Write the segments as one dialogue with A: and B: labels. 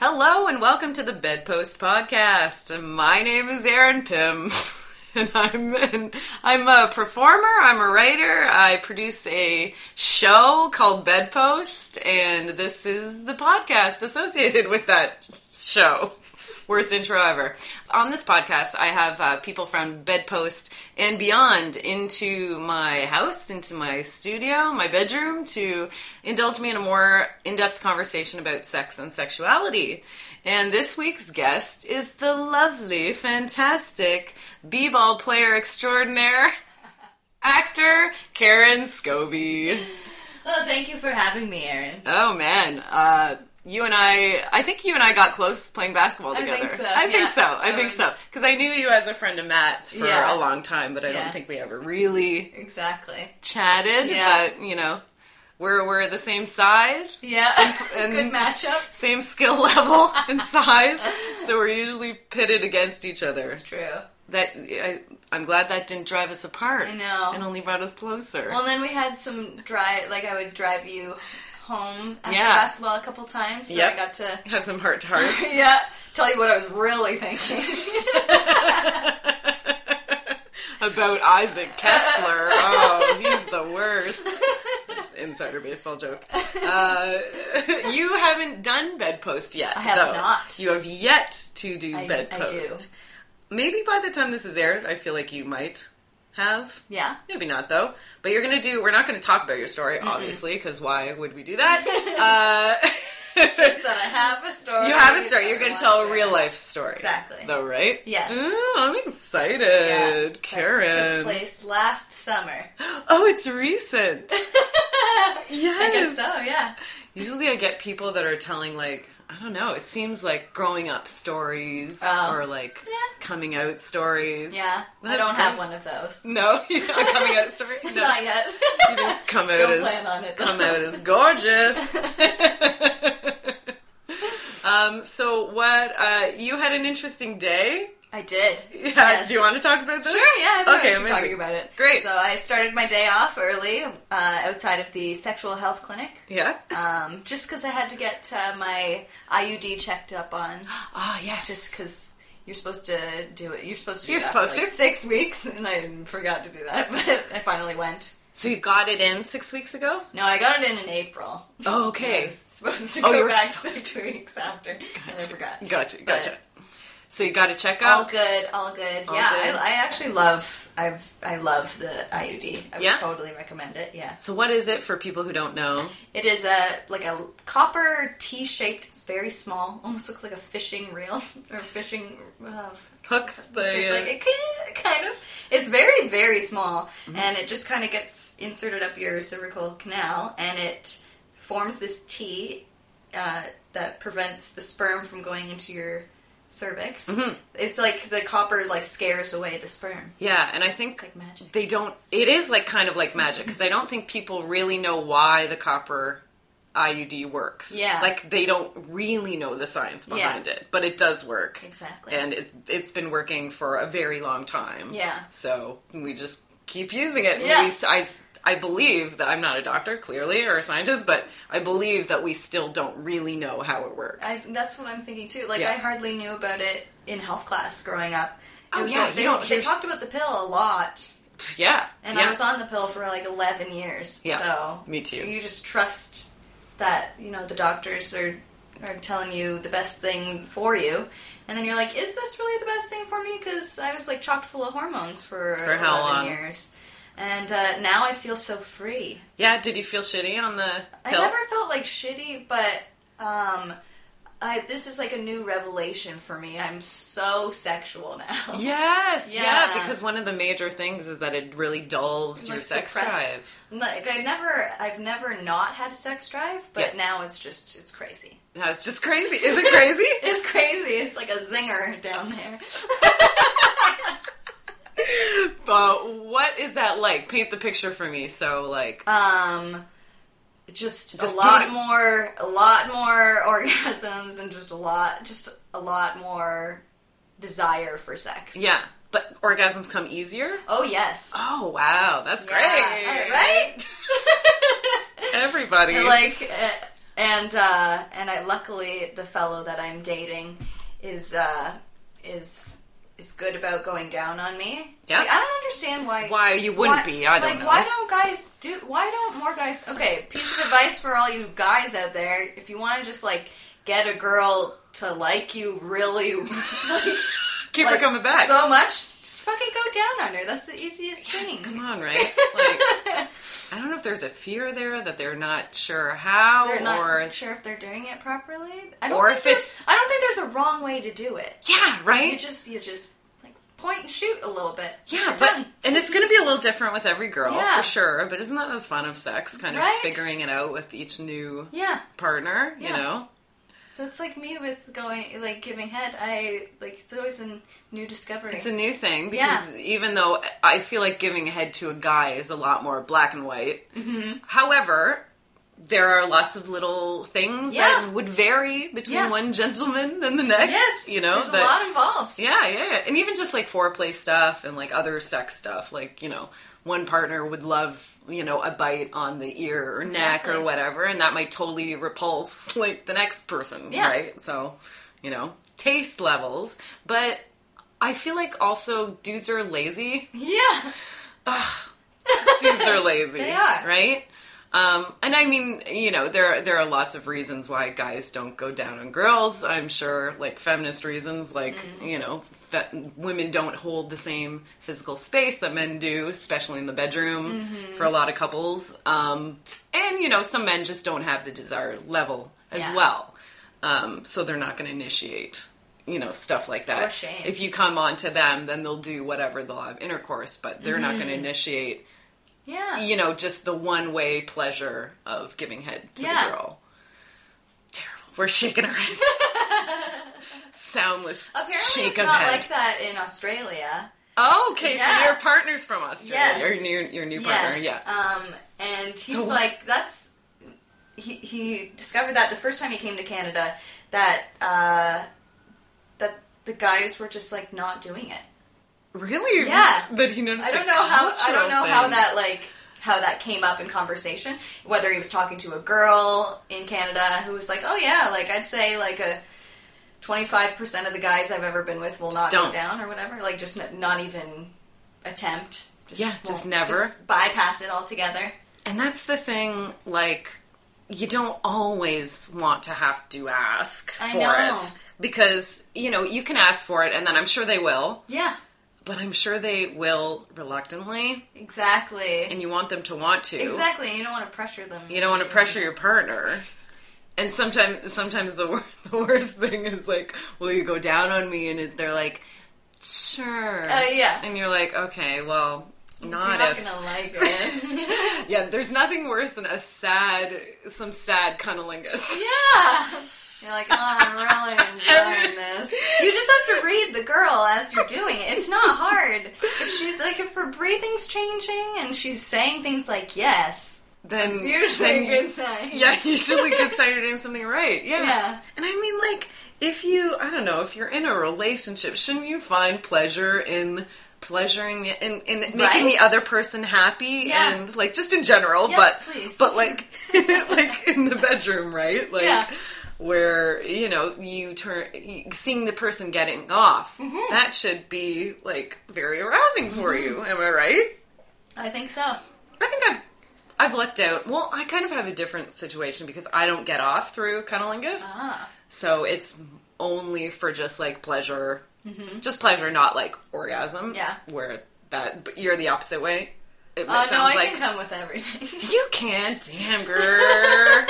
A: Hello and welcome to the Bedpost Podcast. My name is Erin Pym, and I'm an, I'm a performer. I'm a writer. I produce a show called Bedpost, and this is the podcast associated with that show. Worst intro ever. On this podcast, I have uh, people from Bedpost and beyond into my house, into my studio, my bedroom, to indulge me in a more in depth conversation about sex and sexuality. And this week's guest is the lovely, fantastic b ball player extraordinaire, actor Karen Scobie.
B: Well, Oh, thank you for having me, Erin.
A: Oh man, uh, you and I, I think you and I got close playing basketball
B: I
A: together.
B: think so,
A: I think
B: yeah.
A: so. I
B: I
A: think
B: would-
A: so. Because I knew you as a friend of Matt's for
B: Yeah.
A: a long time, but I
B: Yeah.
A: don't think we ever really
B: Exactly.
A: chatted.
B: Yeah.
A: But you know, we're we're the same size,
B: Yeah,
A: and-
B: good matchup.
A: same skill level and size, so we're usually pitted against each other.
B: It's true.
A: That I, I'm glad that didn't drive us apart.
B: I know.
A: and only brought us closer.
B: Well, then we had some drive. Like I would drive you home after
A: Yeah.
B: basketball a couple times, so
A: Yep.
B: I got to
A: Have some heart to hearts.
B: yeah tell you what I was really thinking.
A: about Isaac Kessler. Oh, he's the worst. It's an insider baseball joke. Uh, you haven't done bedpost yet. I
B: have not.
A: You have yet to do
B: I- I
A: bedpost. Maybe by the time this is aired, I feel like you might have.
B: yeah.
A: Maybe not though. But you're gonna do. We're not gonna talk about your story, obviously, because why would we do that? uh,
B: Just that I have a story.
A: you have a story. You're going to
B: I
A: tell
B: want
A: a real life story.
B: Exactly.
A: Though, right?
B: Yes.
A: Ooh, I'm excited.
B: Yeah, that
A: Karen.
B: took place last summer.
A: Oh, it's recent.
B: I guess
A: yes.
B: so. Yeah.
A: Usually I get people that are telling, like, I don't know, it seems like growing up stories
B: Oh.
A: or like
B: Yeah.
A: coming out stories.
B: Yeah. I
A: That's
B: don't have
A: great.
B: one of those.
A: No, you know, a coming out story? No.
B: Not yet.
A: Come out
B: don't
A: as-
B: plan on it. Though.
A: come out as gorgeous. um, so, what, uh, you had an interesting day.
B: I did.
A: Yeah,
B: Yes.
A: do you want to talk about this?
B: Sure, yeah, I'm
A: Okay,
B: okay, actually
A: amazing.
B: talking about it.
A: Great.
B: So I started my day off early uh, outside of the sexual health clinic,
A: Yeah.
B: um, just because I had to get uh, my IUD checked up on,
A: Ah, yes.
B: just because you're supposed to do it. You're supposed to. Do
A: You're
B: it after,
A: supposed
B: like,
A: to.
B: six weeks, and I forgot to do that, but I finally went.
A: so you got it in six weeks ago?
B: No, I got it in in April.
A: Oh,
B: I
A: okay.
B: was supposed to
A: Oh, you
B: go
A: were
B: back
A: supposed
B: six weeks after, and I forgot.
A: Gotcha,
B: But-
A: gotcha. So you got a
B: All
A: checkup?
B: good, all good. yeah,
A: good.
B: I, I actually love. I've I love the IUD. I
A: Yeah?
B: would totally recommend it. Yeah,
A: So what is it for people who don't know?
B: it is a like a copper T shaped. It's very small. Almost looks like a fishing reel or fishing. Uh,
A: Hook the
B: like
A: uh,
B: it ki- kind of. It's very very small, and it just kind of gets inserted up your cervical canal, and it forms this T uh, that prevents the sperm from going into your cervix. It's like the copper like scares away the sperm.
A: yeah, and I think
B: It's like magic.
A: they don't. It is like kind of like magic because I don't think people really know why the copper IUD works.
B: Yeah.
A: like they don't really know the science behind it, but it does work
B: Exactly.
A: and it, it's been working for a very long time.
B: Yeah.
A: So we just keep using it.
B: Yeah.
A: We, I, I believe that I'm not a doctor, clearly, or a scientist, but I believe that we still don't really know how it works.
B: I, that's what I'm thinking too. Like
A: Yeah.
B: I hardly knew about it in health class growing up. It
A: Oh,
B: was
A: yeah,
B: like-
A: you
B: they,
A: don't
B: they
A: hear-
B: talked about the pill a lot,
A: yeah.
B: and
A: yeah.
B: I was on the pill for like 11 years.
A: Yeah,
B: So
A: me too.
B: You just trust that you know the doctors are are telling you the best thing for you, and then you're like, is this really the best thing for me? Because I was like chocked full of hormones for,
A: For
B: 11
A: how long?
B: years, and uh, now I feel so free.
A: yeah. Did you feel shitty on the
B: I
A: pill?
B: never felt like shitty, but um, I, this is like a new revelation for me. I'm so sexual now.
A: Yes, yeah.
B: Yeah.
A: because one of the major things is that it really dulls your
B: Like,
A: sex
B: suppressed.
A: drive.
B: Like I never, I've never not had a sex drive, but
A: Yeah.
B: now it's just, it's crazy.
A: No, it's just crazy. Is it crazy?
B: It's crazy. It's like a zinger down there.
A: but what is that like? Paint the picture for me. So, like,
B: Um, just,
A: Just
B: a lot
A: put it-
B: more, a lot more orgasms, and just a lot, just a lot more desire for sex.
A: yeah. But orgasms come easier?
B: Oh yes.
A: Oh, wow. That's great.
B: Yeah, right.
A: Everybody.
B: And, like uh, and uh and I luckily the fellow that I'm dating is uh is is good about going down on me.
A: Yeah.
B: Like, I don't understand why
A: Why you wouldn't
B: why-
A: be, I don't
B: like,
A: know.
B: why don't guys do why don't more guys Okay, piece of advice for all you guys out there, if you want to just like get a girl to like you really like,
A: Keep
B: like,
A: her coming back.
B: so much, just fucking go down on her. That's the easiest thing.
A: Come on, right? Like, I don't know if there's a fear there that they're not sure how
B: they're
A: or.
B: not sure if they're doing it properly. I don't
A: Or
B: think
A: if
B: there's- I don't think there's a wrong way to do it.
A: yeah, right?
B: You just you just like point and shoot a little bit.
A: Yeah,
B: You're
A: but
B: done.
A: and it's going to be a little different with every girl
B: Yeah.
A: for sure. But isn't that the fun of sex? Kind of
B: Right?
A: figuring it out with each new
B: yeah,
A: partner. You
B: Yeah.
A: know,
B: that's like me with going like giving head. I like it's always a new discovery.
A: it's a new thing because even though I feel like giving head to a guy is a lot more black and white.
B: Mm-hmm.
A: However. There are lots of little things
B: Yeah.
A: that would vary between
B: Yeah.
A: one gentleman and the next.
B: yes,
A: you know
B: there's
A: that-
B: a lot involved.
A: Yeah, yeah, yeah. And even just like foreplay stuff and like other sex stuff, like, you know, one partner would love, you know, a bite on the ear or neck or
B: Exactly.
A: whatever, and that might totally repulse like the next person,
B: Yeah.
A: right? So, you know, taste levels. But I feel like also dudes are lazy.
B: Yeah,
A: dudes are lazy.
B: They are.
A: Right? Um, and I mean, you know, there there are lots of reasons why guys don't go down on girls. I'm sure, like feminist reasons, like
B: Mm-hmm.
A: you know, fe- women don't hold the same physical space that men do, especially in the bedroom
B: Mm-hmm.
A: for a lot of couples. Um, and you know, some men just don't have the desired level as
B: Yeah.
A: well, um, so they're not going to initiate, you know, stuff like that.
B: shame.
A: If you come on to them, then they'll do whatever they'll have intercourse, but they're not
B: Mm-hmm.
A: going to initiate
B: yeah,
A: you know, just the one way pleasure of giving head to
B: Yeah.
A: the girl. Terrible. We're shaking our heads. It's just soundless
B: Apparently,
A: shake
B: it's
A: of
B: not
A: head.
B: like that in Australia.
A: oh, okay. So
B: Yeah.
A: your partner's from Australia. Your
B: Yes.
A: new your new partner.
B: Yes.
A: Yeah.
B: Um, and he's
A: So-
B: like, that's. He, he discovered that the first time he came to Canada, that uh, that the guys were just like not doing it.
A: really?
B: Yeah.
A: That he noticed.
B: I don't
A: a
B: know how. I
A: cultural
B: don't know how
A: thing.
B: that like how that came up in conversation. Whether he was talking to a girl in Canada who was like, oh yeah, like I'd say like a. 25% of the guys I've ever been with will not go
A: don't.
B: down or whatever. Like, just n- not even attempt. Just
A: Yeah, just
B: won't-
A: never.
B: Just bypass it altogether.
A: And that's the thing, like, you don't always want to have to ask
B: I
A: for
B: know.
A: it. Because, you know, you can ask for it and then I'm sure they will.
B: Yeah.
A: But I'm sure they will reluctantly.
B: Exactly.
A: and you want them to want to.
B: exactly. You don't want to pressure them.
A: You don't want to pressure your partner. And sometimes, sometimes the, wor- the worst thing is like, will you go down on me? And it- they're like, sure.
B: Uh, yeah.
A: And you're like, okay, well, not,
B: You're not
A: if.
B: gonna like it.
A: Yeah, there's nothing worse than a sad, some sad cunnilingus.
B: yeah. You're like, oh, I'm really enjoying this. You just have to read the girl as you're doing it. It's not hard. If she's like, if her breathing's changing and she's saying things like yes,
A: Then
B: it's usually
A: then
B: a
A: you-
B: good sign.
A: Yeah, usually good sign you're doing something right. Yeah.
B: Yeah.
A: And I mean, like, if you, I don't know, if you're in a relationship, shouldn't you find pleasure in pleasuring the, in, in making
B: Right.
A: the other person happy
B: Yeah.
A: and like just in general,
B: Yes,
A: but,
B: please.
A: but like, like in the bedroom, right? Like,
B: Yeah.
A: where, you know, you turn, seeing the person getting off,
B: Mm-hmm.
A: that should be like very arousing for you. Am I right?
B: I think so.
A: I think I've I've lucked out. Well, I kind of have a different situation because I don't get off through cunnilingus,
B: Ah.
A: so it's only for just like pleasure, just pleasure, not like orgasm.
B: Mm-hmm. Yeah.
A: where that but you're the opposite way. It
B: Oh no,
A: sounds
B: I
A: like
B: can come with everything.
A: you can't, damn girl.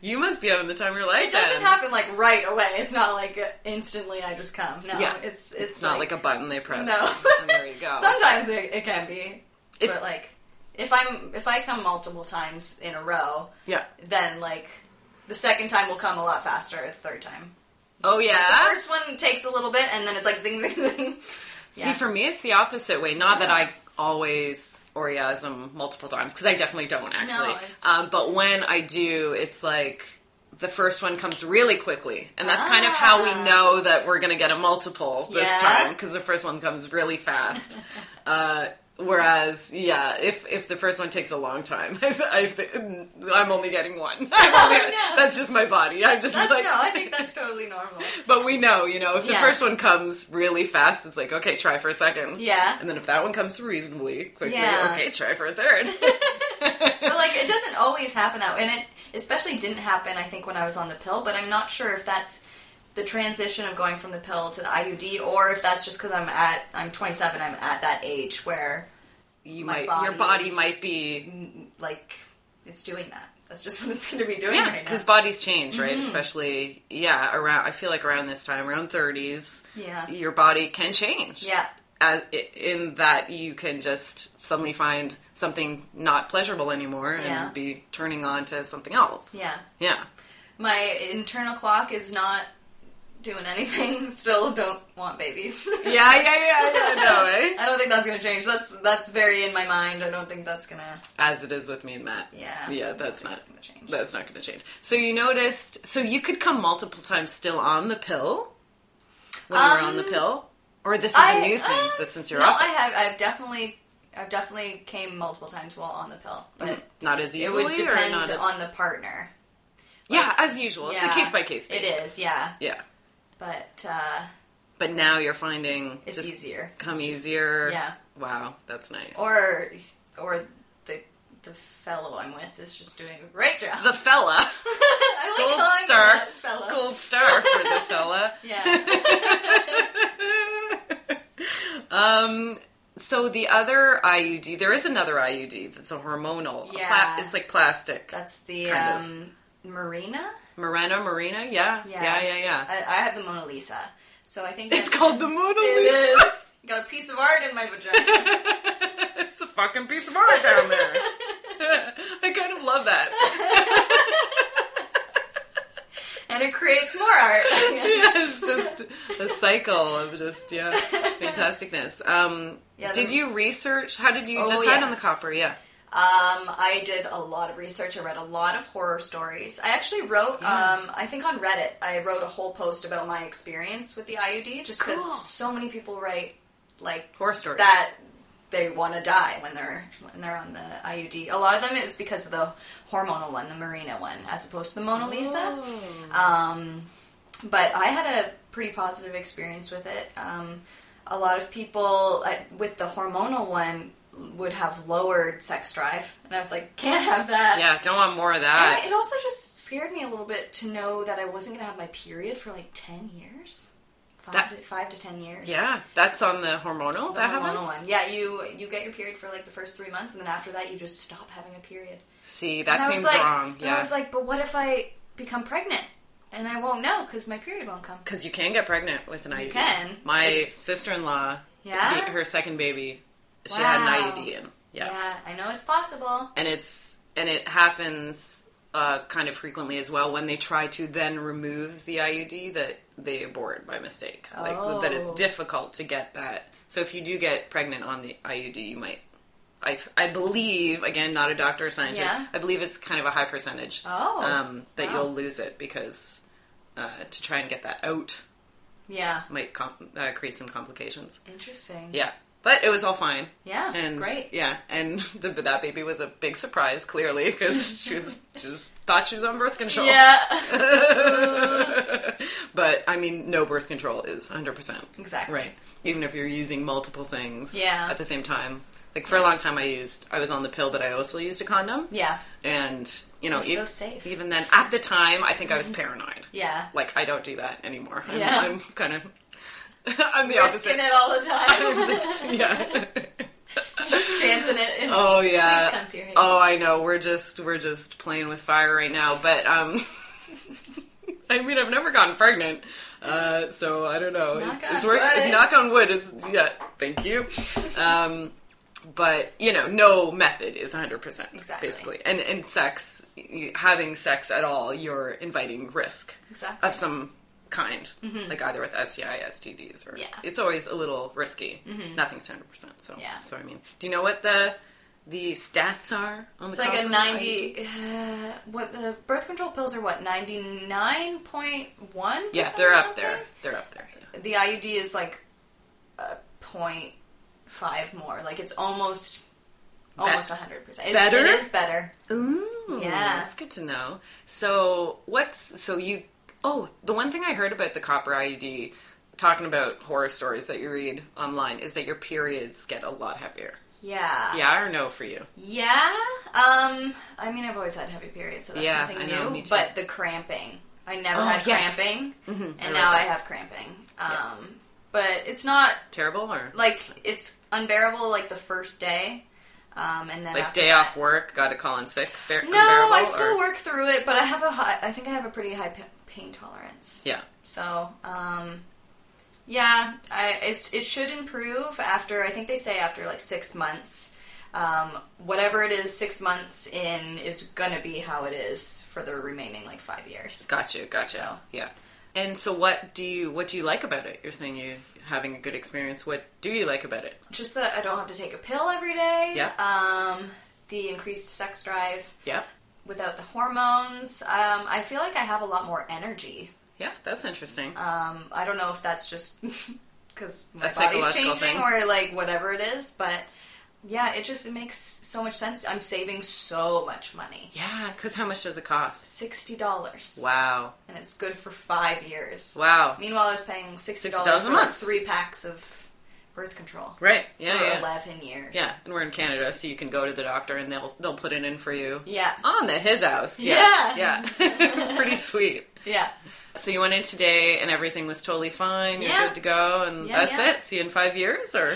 A: you must lesbian the time of your life.
B: It doesn't
A: then.
B: happen like right away. It's not like uh, instantly I just come. No,
A: Yeah.
B: it's it's
A: It's not like, a button they press.
B: no.
A: and there you go.
B: Sometimes it, it can be,
A: It's-
B: but like if I'm if I come multiple times in a row,
A: yeah.
B: then like the second time will come a lot faster. The third time,
A: Oh
B: Like,
A: yeah.
B: the first one takes a little bit, and then it's like zing zing zing.
A: See, for me, it's the opposite way. Not that I always orgasm multiple times because I definitely don't actually.
B: it's-
A: um, but when I do, it's like the first one comes really quickly, and that's kind of how
B: Ah.
A: we know that we're gonna get a multiple this
B: Yeah.
A: time because the first one comes really fast. uh, Whereas, yeah, if if the first one takes a long time, I, am only getting one. I'm only-
B: no.
A: That's just my body. I'm just
B: That's
A: like,
B: no, I think that's totally normal.
A: but we know, you know, if the
B: Yeah.
A: first one comes really fast, it's like, okay, try for a second.
B: Yeah.
A: And then if that one comes reasonably quickly,
B: Yeah.
A: okay, try for a third.
B: But like it doesn't always happen that way, and it especially didn't happen. I think when I was on the pill, but I'm not sure if that's the transition of going from the pill to the IUD, or if that's just because I'm at I'm 27, I'm at that age where
A: you
B: My
A: might,
B: body
A: your body
B: is
A: might
B: just-
A: be,
B: like it's doing that. That's just what it's going to be doing
A: yeah,
B: right now. Mm-hmm.
A: because bodies change, right? Especially, yeah, around. I feel like around this time, around thirties,
B: Yeah.
A: your body can change.
B: Yeah.
A: As, i- in that you can just suddenly find something not pleasurable anymore and
B: Yeah.
A: be turning on to something else.
B: Yeah.
A: Yeah.
B: My internal clock is not doing anything. Still don't want babies.
A: Yeah, yeah, yeah, yeah, no, eh?
B: I don't think that's going to change. That's that's very in my mind. I don't think that's going to
A: as it is with me and Matt.
B: Yeah.
A: Yeah, that's not
B: going to change.
A: that's not going to change. So you noticed so you could come multiple times still on the pill when you were on the pill? Or this is a new thing
B: um,
A: that since you're
B: no,
A: off
B: I
A: it,
B: have. I've definitely, I've definitely came multiple times while on the pill,
A: Mm.
B: but
A: not as
B: it
A: easily
B: would
A: or
B: depend
A: not as,
B: on the partner.
A: Yeah, as usual. It's a case by case
B: It
A: basis.
B: is, yeah.
A: Yeah.
B: But uh,
A: But now you're finding
B: it's
A: just
B: easier.
A: come
B: It's just-
A: easier.
B: yeah.
A: Wow, that's nice.
B: Or, or the the fellow I'm with is just doing a great job.
A: the fella,
B: I like
A: gold
B: calling him
A: star,
B: that fellow.
A: gold star for the fella.
B: Yeah.
A: um, so the other IUD, there is another IUD that's a hormonal. a pla-
B: Yeah.
A: it's like plastic.
B: That's the
A: Kind of.
B: um, Marina.
A: Morena, Marina, yeah,
B: Yeah.
A: yeah, yeah, yeah.
B: I, I have the Mona Lisa, so I think
A: it's
B: that's-
A: called the Mona Lisa.
B: It is. Got a piece of art in my vagina.
A: it's a fucking piece of art down there. I kind of love that.
B: and it creates more art.
A: Yeah, it's just a cycle of just yeah, fantasticness. Um,
B: Yeah,
A: did
B: the-
A: you research? How did you
B: Oh,
A: decide on the
B: yes.
A: copper? Yeah,
B: Um, I did a lot of research. I read a lot of horror stories. I actually wrote, um, I think on Reddit, I wrote a whole post about my experience with the IUD just because
A: Cool.
B: so many people write like
A: horror stories.
B: that they want to die when they're when they're on the IUD. A lot of them is because of the hormonal one, the Marina one, as opposed to the Mona Lisa.
A: Oh.
B: Um, but I had a pretty positive experience with it. Um, a lot of people uh, with the hormonal one would have lowered sex drive, and I was like, can't have that.
A: Yeah, don't want more of that.
B: And it also just scared me a little bit to know that I wasn't gonna have my period for like ten years, five,
A: That-
B: to, five to ten years.
A: Yeah, that's on the hormonal. that
B: The hormonal
A: happens.
B: one. Yeah, you you get your period for like the first three months, and then after that, you just stop having a period.
A: See,
B: And
A: that
B: I was
A: seems
B: like,
A: wrong.
B: and I
A: Yeah,
B: was like, but what if I become pregnant and I won't know because my period won't come?
A: because you can get pregnant with an IUD.
B: can.
A: My
B: It's-
A: sister-in-law,
B: Yeah?
A: be- her second baby, she had
B: Wow.
A: an IUD in. Yeah,
B: Yeah, I know it's possible.
A: and it's and it happens uh, kind of frequently as well when they try to then remove the IUD that they abort by mistake. Like that, it's
B: Oh.
A: difficult to get that. So if you do get pregnant on the IUD, you might. I, I believe again, not a doctor or scientist.
B: Yeah.
A: I believe it's kind of a high percentage
B: Oh,
A: um, that
B: wow.
A: you'll lose it because uh, to try and get that out
B: Yeah,
A: might com- uh, create some complications.
B: interesting.
A: Yeah, but it was all fine.
B: Yeah,
A: And
B: great.
A: Yeah, and the, but that baby was a big surprise, clearly, because she was she was thought she was on birth control.
B: Yeah,
A: But I mean, no birth control is hundred percent
B: exactly.
A: right. Even if you're using multiple things,
B: Yeah.
A: at the same time. Like for a long time, I used I was on the pill, but I also used a condom.
B: Yeah,
A: and you know,
B: You're
A: ev-
B: so safe. Mm-hmm.
A: Even then, at the time, I think I was paranoid.
B: yeah.
A: like I don't do that anymore. I'm,
B: Yeah.
A: I'm kind of I'm the opposite.
B: Risking it all the time,
A: Just- yeah.
B: just chancing it. And
A: Oh yeah.
B: Please come period.
A: Oh, I know. We're just we're just playing with fire right now, but um I mean, I've never gotten pregnant, uh, so I don't know.
B: Knock
A: it's, it's
B: on
A: work-
B: wood.
A: Knock on wood. It's yeah. Thank you. Um, but you know, no method is 100 percent
B: Exactly.
A: basically. And and sex, y- having sex at all, you're inviting risk
B: Exactly.
A: of some kind, like either with STI, STDs, or
B: Mm-hmm. Yeah. Mm-hmm.
A: it's always a little risky. Nothing's 100. percent So
B: Yeah.
A: So I mean, do you know what the the stats are on
B: It's
A: the
B: like a
A: California IUD?
B: ninety. Uh, what the birth control pills are? What ninety nine point one?
A: Yeah, they're up there. They're up there. yeah.
B: The IUD is like a point five more. Like it's almost almost hundred percent.
A: Better?
B: It is better.
A: Ooh,
B: Yeah.
A: that's good to know. So what's so you? Oh, the one thing I heard about the copper IUD, talking about horror stories that you read online, is that your periods get a lot heavier.
B: Yeah.
A: Yeah or no for you?
B: Yeah. Um. I mean, I've always had heavy periods, so that's
A: Yeah,
B: nothing
A: I know,
B: new.
A: me too.
B: But the cramping, I never
A: Oh,
B: had
A: yes. Mm-hmm.
B: cramping,
A: I
B: and now
A: read
B: I have cramping. Um. But it's not
A: Terrible or
B: like it's unbearable like the first day, um, and then
A: like
B: after
A: day
B: that-
A: off work, got to call in sick. Bear-
B: No, I
A: unbearable,
B: still
A: or-
B: work through it, but I have a high, I think I have a pretty high p- pain tolerance.
A: Yeah,
B: So, um, yeah, I, it's it should improve after I think they say after like six months. Um, whatever it is, six months in is gonna be how it is for the remaining like five years.
A: gotcha, gotcha.
B: So.
A: Yeah. And so, what do you what do you like about it? You're saying you having a good experience. What do you like about it?
B: Just that I don't have to take a pill every day.
A: Yeah.
B: Um, the increased sex drive
A: Yeah,
B: without the hormones. Um, I feel like I have a lot more energy.
A: yeah, that's interesting.
B: Um, I don't know if that's just because my
A: A
B: body's
A: psychological thing.
B: changing or like whatever it is, but yeah, it just it makes so much sense. I'm saving so much money.
A: yeah, because how much does it cost?
B: Sixty dollars,
A: Wow,
B: and it's good for five years.
A: wow.
B: Meanwhile, I was paying sixty
A: $60 a
B: dollars for
A: month.
B: like, three packs of birth control
A: Right.
B: for
A: Yeah. yeah.
B: eleven years.
A: Yeah. And we're in Canada, so you can go to the doctor and they'll they'll put it in for you
B: yeah,
A: on the his house. Yeah.
B: Yeah.
A: Yeah. Pretty sweet.
B: yeah.
A: So you went in today and everything was totally fine. You're
B: Yeah.
A: good to go, and
B: Yeah,
A: that's
B: yeah.
A: it. See you in five years, or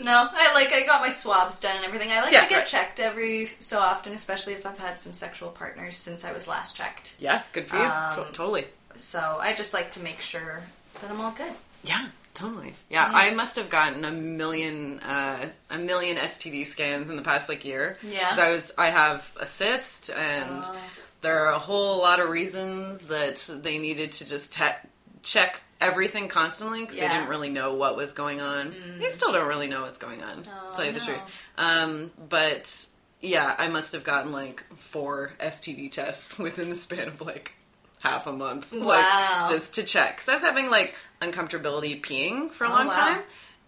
B: No, I like I got my swabs done and everything. I like
A: Yeah,
B: to get
A: right.
B: checked every so often, especially if I've had some sexual partners since I was last checked.
A: yeah, good for you.
B: Um,
A: To- totally.
B: So I just like to make sure that I'm all good.
A: Yeah. Totally. Yeah,
B: Yeah.
A: I must have gotten a million, uh, a million STD scans in the past like year.
B: Yeah. Oh.
A: 'Cause I was, I have a cyst, and there are a whole lot of reasons that they needed to just te- check everything constantly because they
B: Yeah. Mm.
A: didn't really know what was going on. They still don't really know what's going on. to tell you the
B: Oh, no.
A: truth. Um, but yeah, I must have gotten like four STD tests within the span of like half a month.
B: Wow.
A: Like, just to check. Because I was having like uncomfortability peeing for a long
B: Oh, wow.
A: time,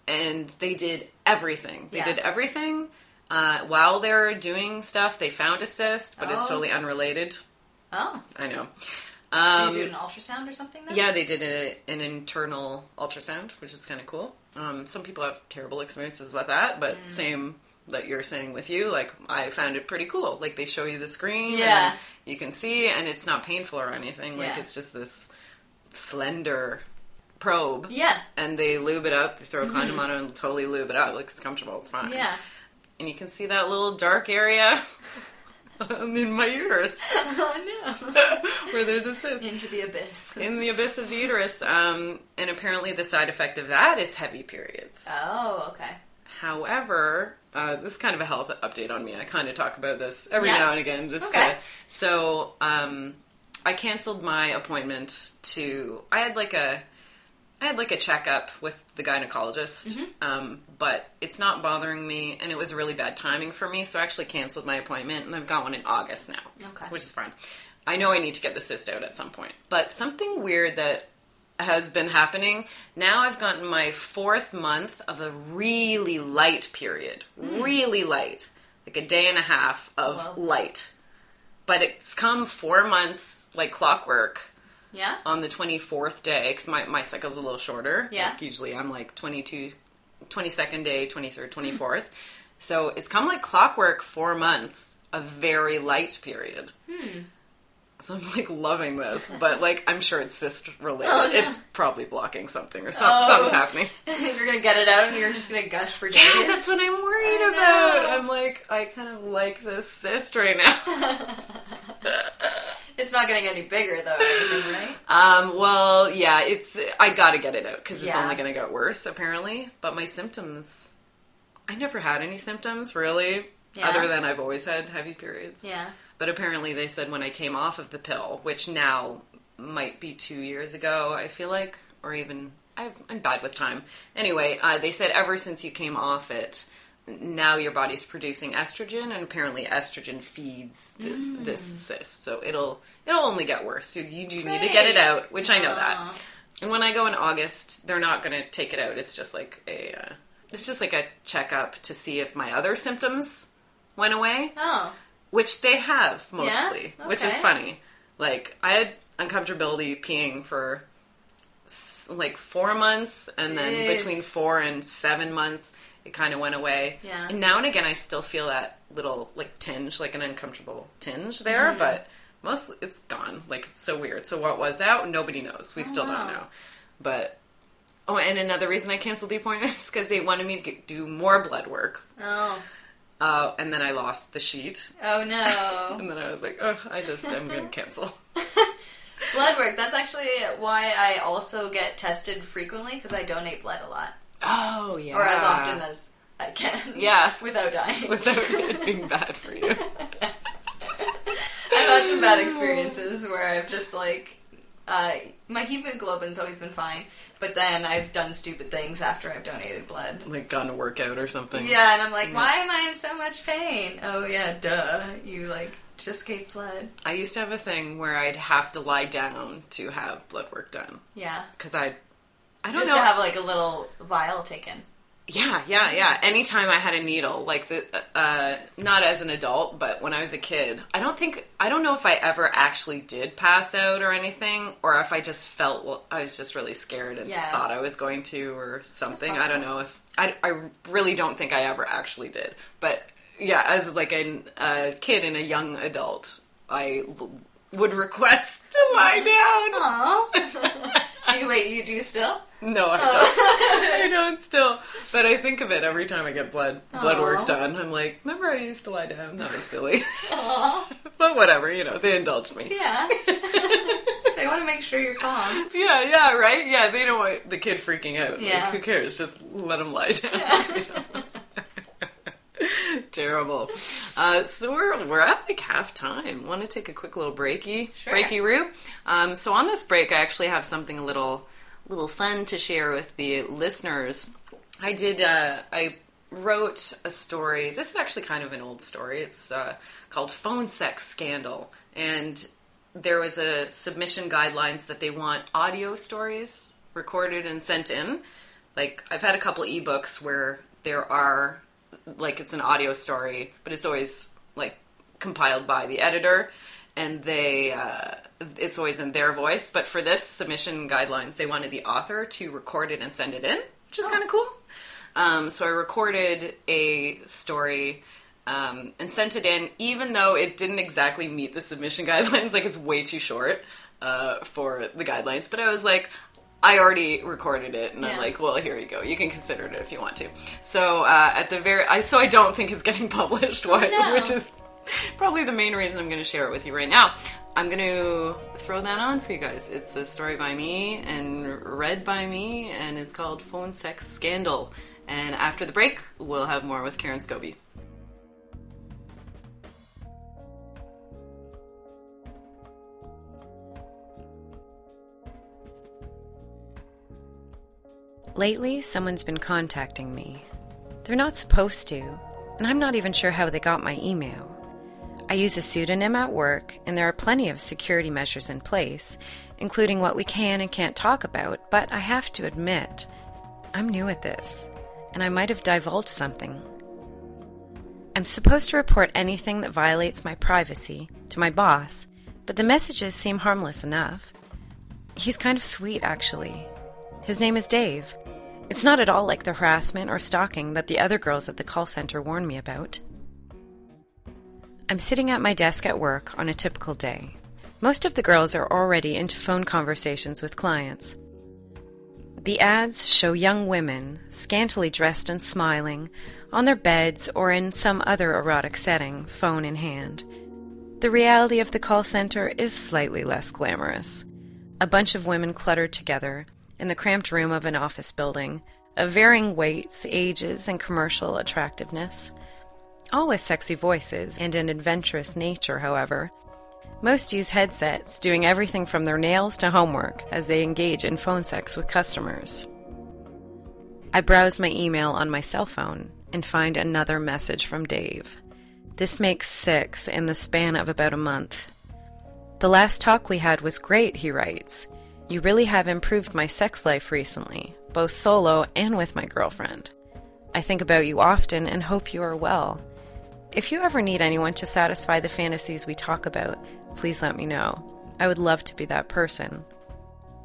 A: and they did everything. They
B: Yeah.
A: did everything. Uh, while they were doing stuff, they found a cyst, but it's
B: Oh.
A: totally unrelated.
B: oh,
A: I know.
B: did
A: Um,
B: you do an ultrasound or something? Then?
A: yeah, they did a, an internal ultrasound, which is kind of cool. Um, some people have terrible experiences with that, but
B: Mm.
A: same that you're saying with you, like I found it pretty cool. Like they show you the screen,
B: Yeah.
A: and you can see, and it's not painful or anything. Like
B: Yeah.
A: it's just this slender probe,
B: Yeah.
A: and they lube it up. They throw a condom on it and totally lube it up. Like it's comfortable, it's fine.
B: Yeah.
A: and you can see that little dark area in my uterus
B: oh
A: where there's a cyst
B: no. Into the abyss.
A: in the abyss of the uterus. Um, and apparently, the side effect of that is heavy periods.
B: Oh, okay.
A: However, uh, this is kind of a health update on me. I kind of talk about this every
B: Yeah.
A: now and again. Just
B: Okay.
A: to, so um, I canceled my appointment to. I had like a. I had like a checkup with the gynecologist,
B: Mm-hmm.
A: um, but it's not bothering me, and it was really bad timing for me, so I actually canceled my appointment, and I've got one in August now,
B: Okay.
A: which is fine. I know I need to get the cyst out at some point, but something weird that has been happening. Now I've gotten my fourth month of a really light period, really light, like a day and a half of
B: Wow.
A: light, but it's come four months like clockwork
B: Yeah.
A: on the 24th day because my, my cycle's a little shorter
B: Yeah.
A: like usually i'm like 22 22nd day 23rd 24th so it's come like clockwork four months a very light period hmm. so i'm like loving this but like i'm sure it's cyst related
B: Oh, no.
A: it's probably blocking something or some,
B: Oh.
A: something's happening
B: you're gonna get it out, and you're just gonna gush for days.
A: yeah that's what i'm worried
B: I
A: about
B: know.
A: i'm like i kind of like this cyst right now
B: It's not going to get any bigger though, or anything, right?
A: Um, well, yeah, it's I gotta get it out because it's
B: Yeah.
A: only gonna get worse apparently. But my symptoms, I never had any symptoms really,
B: Yeah.
A: other than I've always had heavy periods.
B: Yeah.
A: But apparently they said when I came off of the pill, which now might be two years ago, I feel like, or even I've, I'm bad with time. Anyway, uh, they said ever since you came off it, now your body's producing estrogen, and apparently estrogen feeds this
B: Hmm.
A: this cyst, so it'll it'll only get worse. So you do need to get it
B: Great.
A: out, which I know
B: Aw.
A: that. And when I go in August, they're not going to take it out. It's just like a uh, it's just like a checkup to see if my other symptoms went away
B: Oh.
A: which they have mostly, which is
B: Okay.
A: funny. Like I had uncomfortability peeing for s- like four months, and then
B: Jeez.
A: between four and seven months, it kind of went away.
B: Yeah.
A: And now and again, I still feel that little like tinge, like an uncomfortable tinge there,
B: Mm-hmm.
A: but mostly it's gone. Like it's so weird. So what was that? Nobody knows. We still
B: wow.
A: don't know. But oh, and another reason I canceled the appointment is because they wanted me to get, do more blood work,
B: Oh.
A: uh, and then I lost the sheet.
B: Oh no.
A: And then I was like, oh, I just am going to cancel.
B: blood work. That's actually why I also get tested frequently because I donate blood a lot,
A: Oh, yeah.
B: or as often as I can.
A: Yeah.
B: Without dying.
A: Without it being bad for you.
B: I've had some bad experiences where I've just like uh, my hemoglobin's always been fine, but then I've done stupid things after I've donated blood.
A: Like, gone to work out or something.
B: Yeah, and I'm
A: Mm.
B: like, why am I in so much pain? Oh yeah, duh. You like just gave blood.
A: I used to have a thing where I'd have to lie down to have blood work done.
B: Yeah.
A: Because I, I don't
B: Just
A: know.
B: to have like a little vial taken.
A: yeah, yeah, yeah. Anytime I had a needle, like the, uh, not as an adult, but when I was a kid, I don't think, I don't know if I ever actually did pass out or anything, or if I just felt, well, I was just really scared and
B: Yeah.
A: thought I was going to or something. I
B: possible.
A: don't know if I, I really don't think I ever actually did, but yeah, as like a uh, kid and a young adult, I l- would request to lie
B: Aww. do you wait? You do still?
A: down. No, I
B: Oh.
A: don't. I don't still, but I think of it every time I get blood blood
B: Aw.
A: work done. I'm like, remember I used to lie down? That was silly,
B: Aww.
A: but whatever. You know, they indulge me.
B: Yeah. they want to make sure you're calm.
A: Yeah, yeah, right. Yeah, they don't want the kid freaking out. Like,
B: Yeah.
A: who cares? Just let him lie down. Terrible. Uh, so we're we're at like half time. Want to take a quick little breaky
B: Sure.
A: breaky roo? Um, so on this break, I actually have something a little little fun to share with the listeners. I did. Uh, I wrote a story. This is actually kind of an old story. It's uh, called "Phone Sex Scandal," and there was a submission guidelines that they want audio stories recorded and sent in. Like I've had a couple ebooks where there are like it's an audio story, but it's always like compiled by the editor, and they uh, it's always in their voice. But for this submission guidelines, they wanted the author to record it and send it in, which is kind of cool. Um, so I recorded a story um, and sent it in, even though it didn't exactly meet the submission guidelines. Like it's way too short uh, for the guidelines. But I was like, I already recorded it, and I'm
B: Yeah.
A: like, well, here you go. You can consider it if you want to. So uh, at the very, I, so I don't think it's getting published, why,
B: no.
A: which is probably the main reason I'm going to share it with you right now. I'm going to throw that on for you guys. It's a story by me and read by me, and it's called Phone Sex Scandal. And after the break, we'll have more with Karen Scobie. Lately, someone's been contacting me. They're not supposed to, and I'm not even sure how they got my email. I use a pseudonym at work, and there are plenty of security measures in place, including what we can and can't talk about, but I have to admit, I'm new at this, and I might have divulged something. I'm supposed to report anything that violates my privacy to my boss, but the messages seem harmless enough. He's kind of sweet, actually. His name is Dave. It's not at all like the harassment or stalking that the other girls at the call center warned me about. I'm sitting at my desk at work on a typical day. Most of the girls are already into phone conversations with clients. The ads show young women, scantily dressed and smiling, on their beds or in some other erotic setting, phone in hand. the reality of the call center is slightly less glamorous. A bunch of women cluttered together in the cramped room of an office building, of varying weights, ages, and commercial attractiveness. All with sexy voices and an adventurous nature, however. Most use headsets, doing everything from their nails to homework as they engage in phone sex with customers. I browse my email on my cell phone and find another message from Dave. This makes six in the span of about a month. The last talk we had was great, he writes. You really have improved my sex life recently, both solo and with my girlfriend. I think about you often and hope you are well. If you ever need anyone to satisfy the fantasies we talk about, please let me know. I would love to be that person.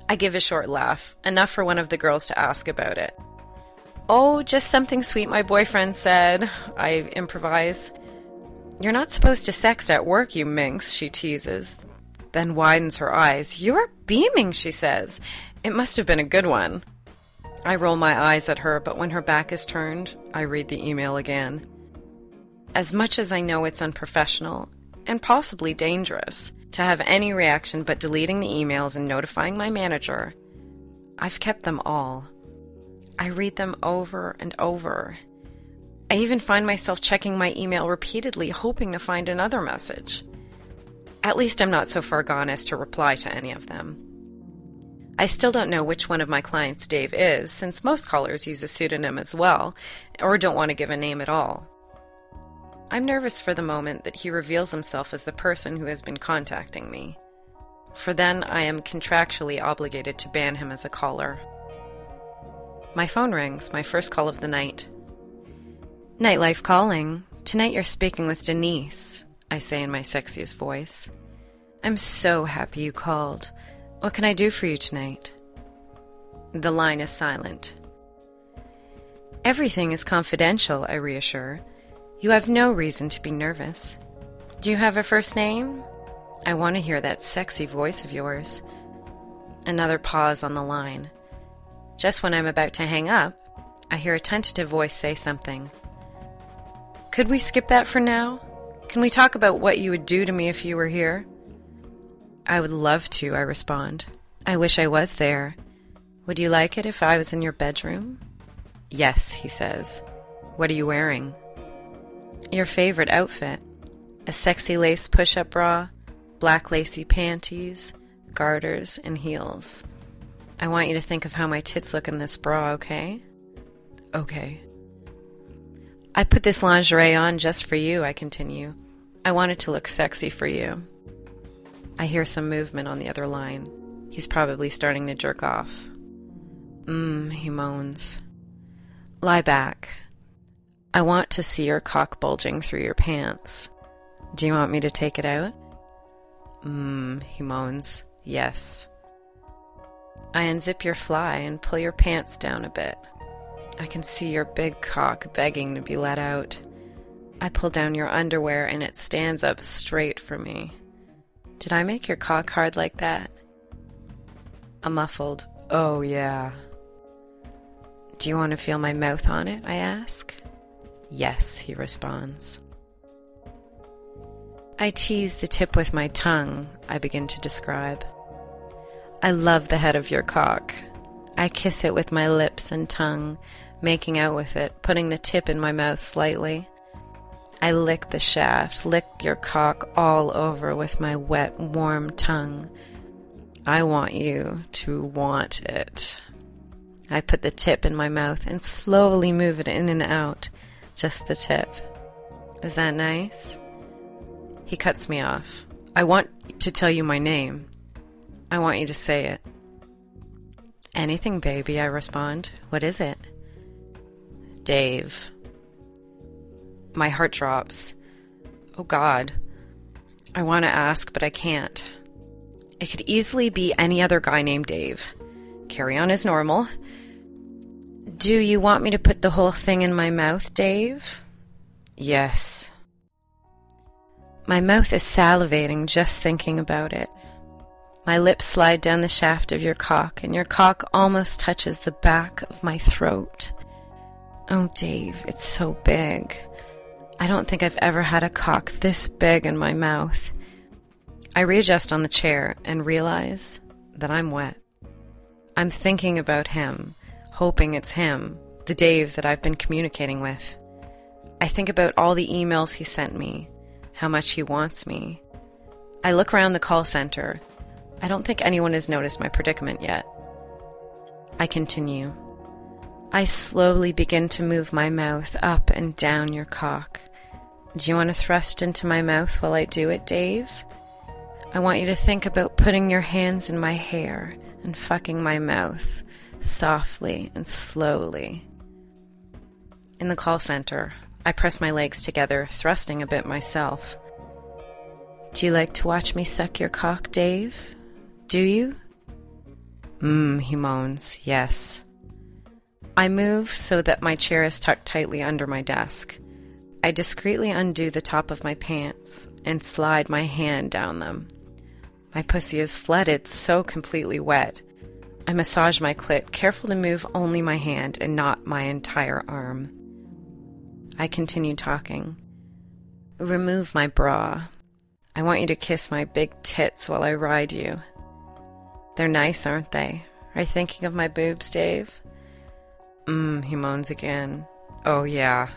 A: I give a short laugh, enough for one of the girls to ask about it. Oh, just something sweet my boyfriend said, I improvise. You're not supposed to sext at work, you minx, she teases, then widens her eyes. You're beaming, she says. It must have been a good one. I roll my eyes at her, but when her back is turned, I read the email again. As much as I know it's unprofessional and possibly dangerous to have any reaction but deleting the emails and notifying my manager, I've kept them all. I read them over and over. I even find myself checking my email repeatedly, hoping to find another message. At least I'm not so far gone as to reply to any of them. I still don't know which one of my clients Dave is, since most callers use a pseudonym as well, or don't want to give a name at all. I'm nervous for the moment that he reveals himself as the person who has been contacting me, for then I am contractually obligated to ban him as a caller. My phone rings, my first call of the night. Nightlife calling. Tonight you're speaking with Denise, I say in my sexiest voice. I'm so happy you called. What can I do for you tonight? The line is silent. Everything is confidential, I reassure. You have no reason to be nervous. Do you have a first name? I want to hear that sexy voice of yours. Another pause on the line. Just when I'm about to hang up, I hear a tentative voice say something. Could we skip that for now? Can we talk about what you would do to me if you were here? I would love to, I respond. I wish I was there. Would you like it if I was in your bedroom? Yes, he says. What are you wearing? Your favorite outfit a sexy lace push up bra, black lacy panties, garters, and heels. I want you to think of how my tits look in this bra, okay? Okay. I put this lingerie on just for you, I continue. I want it to look sexy for you. I hear some movement on the other line. He's probably starting to jerk off. Mmm, he moans. Lie back. I want to see your cock bulging through your pants. Do you want me to take it out? Mmm, he moans. Yes. I unzip your fly and pull your pants down a bit. I can see your big cock begging to be let out. I pull down your underwear and it stands up straight for me. Did I make your cock hard like that? A muffled, oh yeah. Do you want to feel my mouth on it? I ask. Yes, he responds. I tease the tip with my tongue, I begin to describe. I love the head of your cock. I kiss it with my lips and tongue, making out with it, putting the tip in my mouth slightly. I lick the shaft, lick your cock all over with my wet, warm tongue. I want you to want it. I put the tip in my mouth and slowly move it in and out, just the tip. Is that nice? He cuts me off. I want to tell you my name. I want you to say it. Anything, baby, I respond. What is it? Dave. My heart drops. Oh, God. I want to ask, but I can't. It could easily be any other guy named Dave. Carry on as normal. Do you want me to put the whole thing in my mouth, Dave? Yes. My mouth is salivating just thinking about it. My lips slide down the shaft of your cock, and your cock almost touches the back of my throat. Oh, Dave, it's so big. I don't think I've ever had a cock this big in my mouth. I readjust on the chair and realize that I'm wet. I'm thinking about him, hoping it's him, the Dave that I've been communicating with. I think about all the emails he sent me, how much he wants me. I look around the call center. I don't think anyone has noticed my predicament yet. I continue. I slowly begin to move my mouth up and down your cock. Do you want to thrust into my mouth while I do it, Dave? I want you to think about putting your hands in my hair and fucking my mouth softly and slowly. In the call center, I press my legs together, thrusting a bit myself. Do you like to watch me suck your cock, Dave? Do you? Mmm, he moans, yes. I move so that my chair is tucked tightly under my desk. I discreetly undo the top of my pants and slide my hand down them. My pussy is flooded, so completely wet. I massage my clit, careful to move only my hand and not my entire arm. I continue talking. Remove my bra. I want you to kiss my big tits while I ride you. They're nice, aren't they? Are you thinking of my boobs, Dave? Mmm, he moans again. Oh, yeah.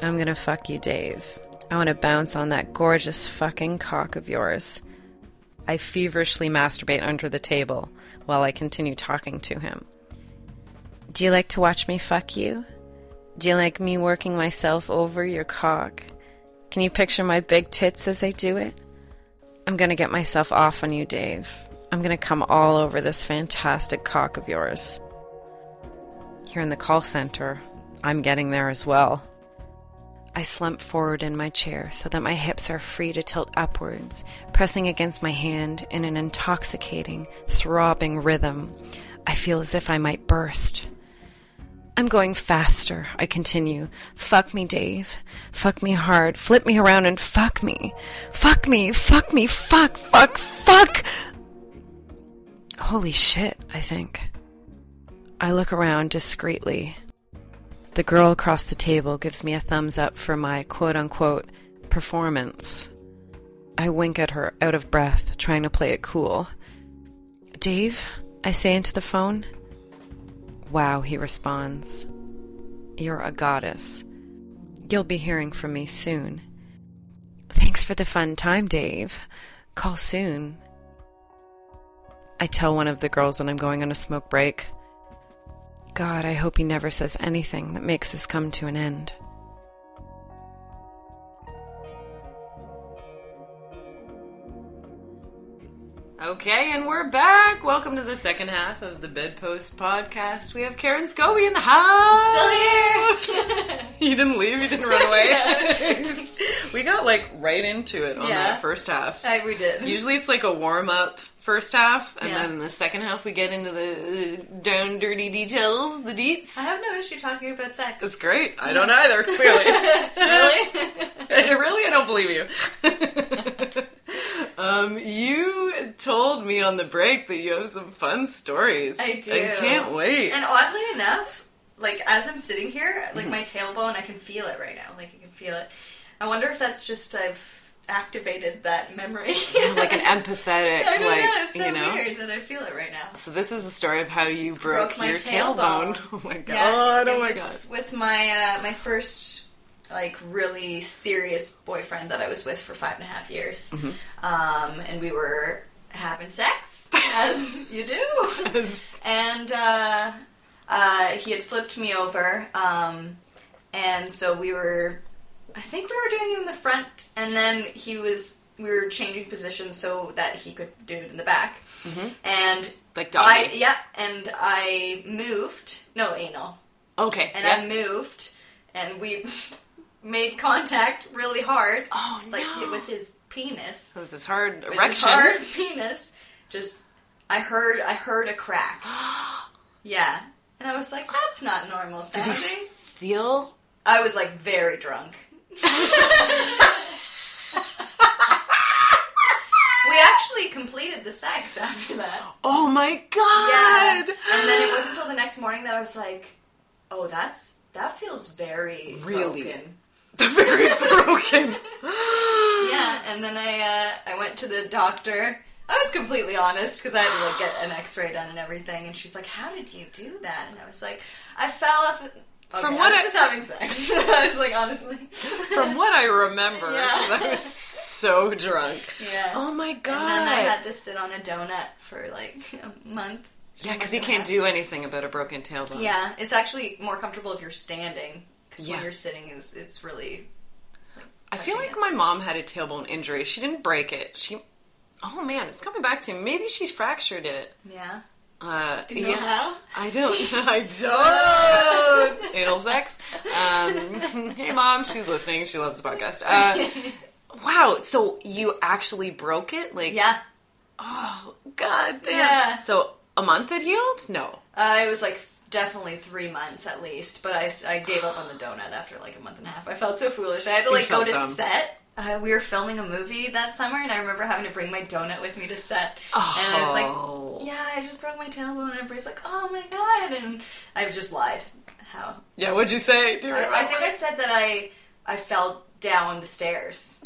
A: I'm gonna fuck you, Dave. I wanna bounce on that gorgeous fucking cock of yours. I feverishly masturbate under the table while I continue talking to him. Do you like to watch me fuck you? Do you like me working myself over your cock? Can you picture my big tits as I do it? I'm gonna get myself off on you, Dave. I'm gonna come all over this fantastic cock of yours. Here in the call center, I'm getting there as well. I slump forward in my chair so that my hips are free to tilt upwards, pressing against my hand in an intoxicating, throbbing rhythm. I feel as if I might burst. I'm going faster, I continue. Fuck me, Dave. Fuck me hard. Flip me around and fuck me. Fuck me, fuck me, fuck, fuck, fuck! Holy shit, I think. I look around discreetly. The girl across the table gives me a thumbs up for my quote unquote performance. I wink at her, out of breath, trying to play it cool. Dave, I say into the phone. Wow, he responds. You're a goddess. You'll be hearing from me soon. Thanks for the fun time, Dave. Call soon. I tell one of the girls that I'm going on a smoke break. God, I hope he never says anything that makes this come to an end.
C: Okay, and we're back. Welcome to the second half of the Bedpost podcast. We have Karen Scobie in the house.
B: Still here.
C: You didn't leave. You didn't run away. we got like right into it on
B: Yeah.
C: that first half.
B: I, we did.
C: Usually it's like a warm up first half, and
B: Yeah.
C: then the second half we get into the uh, down dirty details, the deets.
B: I have no issue talking about sex.
C: It's great. I don't either. Clearly,
B: really?
C: really, I don't believe you. um, you told me on the break that you have some fun stories.
B: I do.
C: I can't wait.
B: and oddly enough, like as I'm sitting here,
C: Mm-hmm.
B: like my tailbone, I can feel it right now. Like I can feel it. I wonder if that's just I've activated that memory.
C: like an empathetic,
B: I don't
C: like
B: know. It's so
C: you know. Oh,
B: weird that I feel it right now.
C: So this is the story of how you broke,
B: my
C: your tailbone.
B: tailbone.
C: Oh my god!
B: Yeah,
C: oh
B: it
C: my god!
B: was With my uh, my first like really serious boyfriend that I was with for five and a half years,
C: Mm-hmm.
B: um, and we were having sex as you do, and uh, uh, he had flipped me over, um, and so we were. I think we were doing it in the front, and then he was. We were changing positions so that he could do it in the back, and
C: Mm-hmm. Like
B: I
C: doggy.
B: yeah, and I moved. No anal,
C: Okay.
B: and
C: yeah.
B: I moved, and we made contact really hard,
C: Oh
B: like
C: no!
B: with his penis,
C: So this is hard
B: with his
C: erection.
B: hard penis. Just I heard I heard a crack. yeah, and I was like, that's not normal sounding.
C: Feel
B: I was like very drunk. we actually completed the sex after that.
C: Oh my
B: Yeah.
C: god!
B: And then it wasn't until the next morning that I was like, oh, that's that feels very
C: Really?
B: broken.
A: The very broken.
B: Yeah, and then I uh, I went to the doctor. I was completely honest because I had to like get an X-ray done and everything. And she's like, "How did you do that?" And I was like, "I fell off." Okay,
A: From
B: I
A: what
B: was
A: I-
B: just having sex. I was like, honestly,
A: From what I remember,
B: Yeah.
A: 'cause I was so drunk.
B: yeah.
A: Oh my god.
B: And then I had to sit on a donut for like a month.
A: yeah, because you can't do anything about a broken tailbone.
B: Yeah, it's actually more comfortable if you're standing because
A: Yeah.
B: when you're sitting, is it's really
A: I feel
B: touching
A: like my mom had a tailbone injury. She didn't break it. She. Oh man, it's coming back to me. Maybe she fractured it.
B: yeah.
A: Uh,
B: Do you know
A: yeah.
B: how?
A: I don't. I don't. Anal sex. Um, hey, mom. She's listening. She loves the podcast. Uh, wow. So you actually broke it? Like,
B: Yeah,
A: Oh, god damn.
B: Yeah.
A: So a month it healed? No.
B: uh, it was like th- definitely three months at least. But I, s- I gave up on the donut after like a month and a half. I felt so foolish. I had to like go
A: felt
B: to
A: dumb.
B: set. Uh, we were filming a movie that summer, and I remember having to bring my donut with me to set. And I was
A: Oh.
B: like, "Yeah, I just broke my tailbone," and everybody's like, "Oh my god!" And I just lied. How
A: Yeah. What'd you say? Do you remember?
B: I think I said that I I fell down the stairs,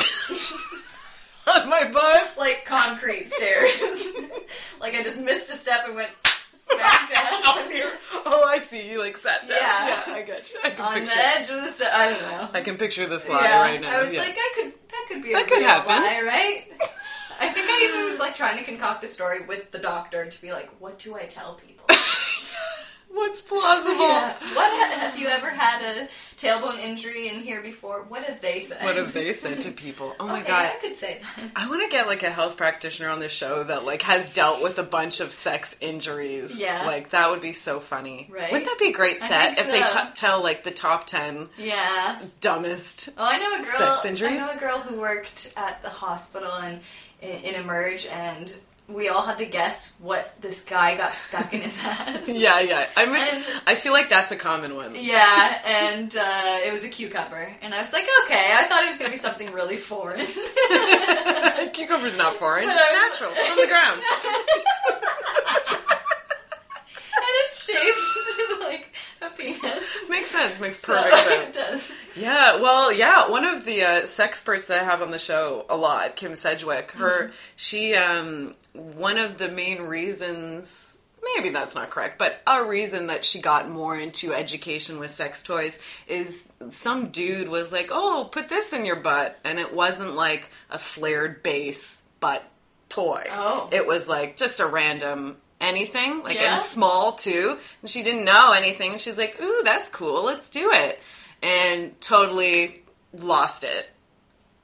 A: on my butt.
B: like concrete stairs. like I just missed a step and went smack down
A: Out here. Oh, I see. You like sat down.
B: Yeah.
A: I got you. I can
B: on
A: picture.
B: the edge of the step. I don't know.
A: I can picture this lie
B: yeah,
A: right now.
B: I was
A: yeah.
B: like, I could that could be a
A: That could
B: real
A: happen.
B: lie, right? I think I even was like trying to concoct a story with the doctor to be like, what do I tell people?
A: what's plausible?
B: Yeah. What ha- have you ever had a tailbone injury in here before? What have they said?
A: What have they said to people? Oh my
B: Okay,
A: god.
B: I could say that.
A: I want to get like a health practitioner on the show that like has dealt with a bunch of sex injuries.
B: Yeah.
A: like that would be so funny.
B: Right?
A: Wouldn't that be a great
B: I
A: set
B: think
A: if they
B: so.
A: t- tell like the top ten
B: Yeah.
A: dumbest?
B: Well, I know a girl.
A: Sex injuries?
B: I know a girl who worked at the hospital and in, in Emerge, and we all had to guess what this guy got stuck in his ass.
A: Yeah, yeah. I wish,
B: And-
A: I feel like that's a common one.
B: Yeah, and uh, it was a cucumber, and I was like, okay, I thought it was gonna be something really foreign.
A: Cucumber's not foreign;
B: But
A: it's
B: I was-
A: natural. It's from the ground.
B: and it's shaped like a penis.
A: makes sense. Makes
B: So
A: perfect
B: it
A: sense.
B: does.
A: Yeah. Well, yeah. One of the uh, sexperts that I have on the show a lot, Kim Sedgwick. Her,
B: Mm-hmm.
A: she, um, one of the main reasons. Maybe that's not correct, but a reason that she got more into education with sex toys is some dude was like, "Oh, put this in your butt," and it wasn't like a flared base butt toy.
B: Oh.
A: it was like just a random anything, like
B: Yeah?
A: and small too. And she didn't know anything. And she's like, "Ooh, that's cool. Let's do it." And totally lost it.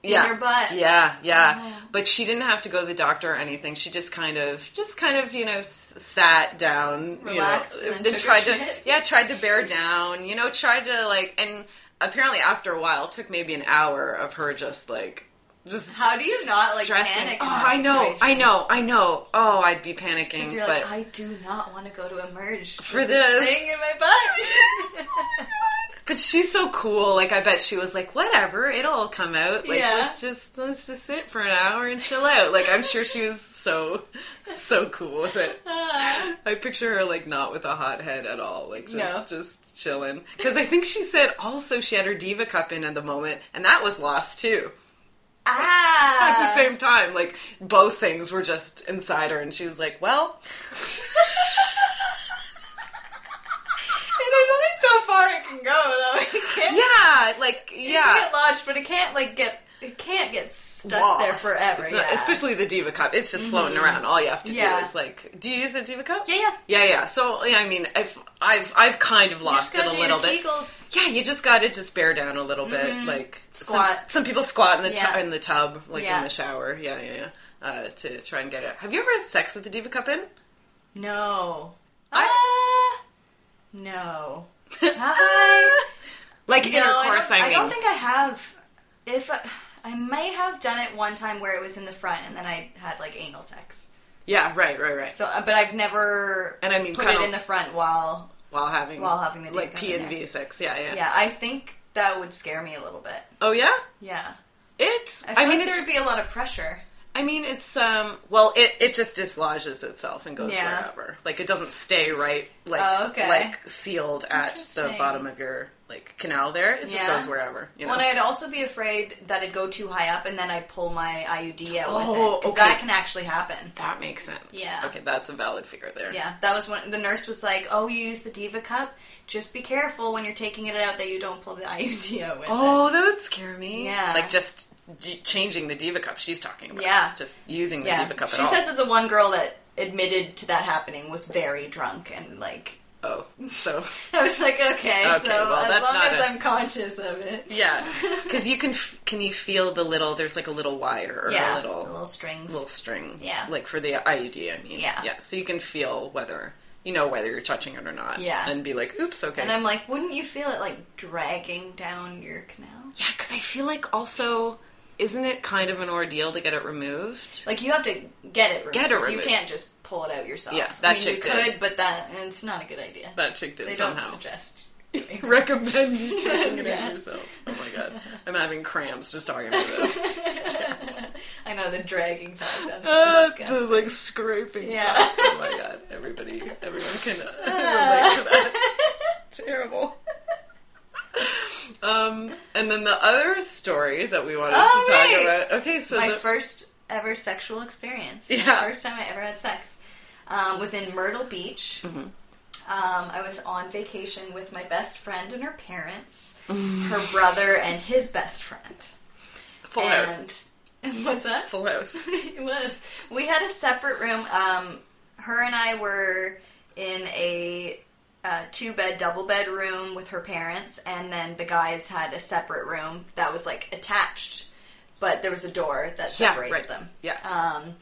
A: Yeah.
B: her butt. Oh.
A: Yeah, yeah. But she didn't have to go to the doctor or anything. She just kind of, just kind of, you know, s- sat down,
B: Relaxed
A: you know,
B: and then took
A: tried
B: her
A: to,
B: shit.
A: yeah, tried to bear down. You know, tried to like, and apparently after a while, it took maybe an hour of her just like, just
B: How do you not like
A: stressing.
B: panic? in
A: oh,
B: that
A: I know,
B: situation?
A: I know, I know. Oh, I'd be panicking,
B: 'Cause You're
A: but
B: like, I do not want to go to emerge
A: For
B: with
A: this.
B: thing in my butt.
A: But she's so cool. Like I bet she was like, whatever, it'll all come out. Like
B: Yeah.
A: let's just let's just sit for an hour and chill out. Like I'm sure she was so so cool with it.
B: Uh. Ah.
A: I picture her like not with a hot head at all. Like just
B: No.
A: just chilling. Because I think she said also she had her diva cup in at the moment, and that was lost too.
B: ah,
A: At the same time, like both things were just inside her, and she was like, well.
B: And there's only so far it can go, though. It can't,
A: Yeah, like
B: it can
A: yeah.
B: get lodged, but it can't like get it can't get stuck there
A: lost.
B: forever.
A: It's
B: yeah. Mm-hmm.
A: not- Especially the diva cup. It's just floating around. All you have to
B: Yeah.
A: do is like, do you use a diva cup?
B: Yeah, yeah.
A: yeah, yeah. So yeah, I mean, I've I've I've kind of
B: You just
A: lost it
B: gotta
A: a
B: do
A: little
B: your
A: bit.
B: Kegels. Mm-hmm.
A: Yeah, you just got to just bear down a little bit. Like some-
B: Squat.
A: Some, people squat in the
B: Yeah.
A: tu- in the tub, like
B: Yeah.
A: in the shower. Yeah, yeah, yeah. Uh, to try and get it. Have you ever had sex with a diva cup in?
B: No.
A: I-
B: Ah, no. Have I?
A: Like
B: No,
A: intercourse,
B: I
A: I,
B: don't,
A: mean.
B: I don't think I have. If I, I may have done it one time where it was in the front, and then I had like anal sex.
A: yeah, right, right, right.
B: So, uh, but I've never
A: And I mean,
B: put
A: kinda-
B: it in the front while.
A: while having
B: While having the diva
A: like
B: cup
A: P
B: in
A: and
B: there.
A: V sex. Yeah, yeah,
B: Yeah, I think that would scare me a little bit.
A: Oh yeah.
B: Yeah,
A: It's.
B: I feel
A: mean,
B: like
A: it's
B: there would be a lot of pressure.
A: I mean, it's um. Well, it it just dislodges itself and goes
B: Yeah.
A: wherever. Like it doesn't stay right like
B: Oh, okay.
A: like sealed at the
B: Interesting.
A: bottom of your like canal there. It just
B: Yeah.
A: goes wherever. You know?
B: Well, and I'd also be afraid that it'd go too high up and then I pull my IUD out with
A: Oh,
B: it. Because
A: okay.
B: that can actually happen.
A: that makes sense.
B: Yeah.
A: Okay, that's a valid fear there.
B: Yeah, that was when the nurse was like, "Oh, you use the Diva cup. Just be careful when you're taking it out that you don't pull the IUD out with it."
A: Oh, that would scare me.
B: Yeah.
A: Like just g- changing the diva cup she's talking about.
B: Yeah.
A: Just using the
B: Yeah,
A: diva cup
B: she
A: at
B: said
A: all.
B: that the one girl that admitted to that happening was very drunk and like.
A: oh, so
B: I was like, okay, so
A: well,
B: as
A: that's
B: long
A: not
B: as
A: a-
B: i I'm conscious of it,
A: yeah, because you can f- can you feel the little there's like a little wire or
B: yeah,
A: a little
B: the little strings.
A: little string.
B: Yeah.
A: Like for the IUD, I mean.
B: Yeah.
A: Yeah. So you can feel whether you know whether you're touching it or not.
B: Yeah.
A: And be like, oops, okay.
B: And I'm like, wouldn't you feel it like dragging down your canal?
A: yeah, because I feel like also, isn't it kind of an ordeal to get it removed?
B: Like you have to get it removed.
A: Get it
B: You
A: removed.
B: can't just pull it out yourself.
A: Yeah,
B: I
A: that
B: mean, you
A: chick
B: could,
A: did.
B: but that it's not a good idea.
A: That chick did
B: they
A: somehow.
B: don't suggest. doing that.
A: Recommend you taking it out yourself. Oh my god, I'm having cramps just talking about this.
B: I know the dragging part sounds
A: Ah,
B: disgusting.
A: the, like scraping.
B: Yeah.
A: Oh my god, everybody, everyone can uh, relate to that. It's terrible. Um, and then the other story that we wanted
B: Oh,
A: to
B: right.
A: talk about. Okay, so
B: My
A: the,
B: first ever sexual experience.
A: Yeah.
B: The first time I ever had sex um, was in Myrtle Beach.
A: Mm-hmm.
B: Um, I was on vacation with my best friend and her parents, her brother and his best friend.
A: full house,
B: And what's that?
A: full house.
B: it was. We had a separate room. Um, her and I were in a uh, two bed, double bed room with her parents, and then the guys had a separate room that was like attached, but there was a door that separated them.
A: Yeah.
B: Um,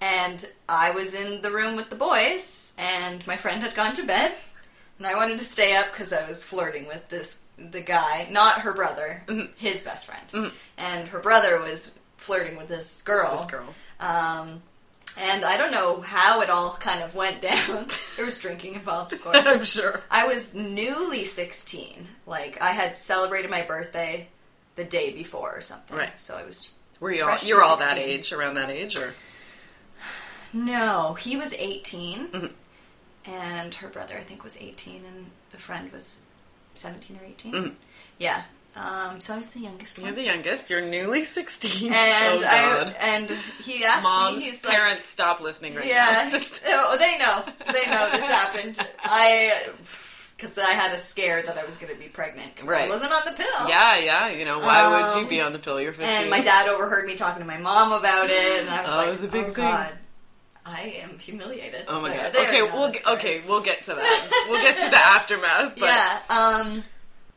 B: and I was in the room with the boys, and my friend had gone to bed, and I wanted to stay up because I was flirting with this the guy, not her brother,
A: Mm-hmm.
B: his best friend, and her brother was flirting with this girl.
A: this girl.
B: And I don't know how it all kind of went down. there was drinking involved, of
A: I'm
B: course.
A: sure.
B: I was newly 16. Like, I had celebrated my birthday the day before or something.
A: Right.
B: So I was.
A: Were you all,
B: Freshly
A: you're all that
B: 16.
A: age, around that age, or
B: No, he was 18.
A: Mm-hmm.
B: And her brother, I think, was 18. And the friend was 17 or 18. Yeah. Um, so I was the youngest
A: Mm-hmm. you're
B: one.
A: the youngest. You're newly 16.
B: and
A: oh
B: I
A: God.
B: and he asked me,
A: Moms,
B: he's like,
A: parents, stop listening right
B: Yeah,
A: now. Just-
B: oh, they know. They know this happened. I, because I had a scare that I was going to be pregnant. 'cause I
A: Right.
B: wasn't on the pill.
A: yeah, yeah. You know, why would you be on the pill? You're 15.
B: Um, And my dad overheard me talking to my mom about it, and I was
A: Oh,
B: like,
A: it was a big
B: "Oh
A: thing."
B: God, I am humiliated."
A: Oh my
B: So
A: god.
B: they
A: Okay,
B: already know
A: we'll
B: this
A: get,
B: story.
A: okay, we'll get to that. We'll get to the aftermath. But
B: yeah. Um,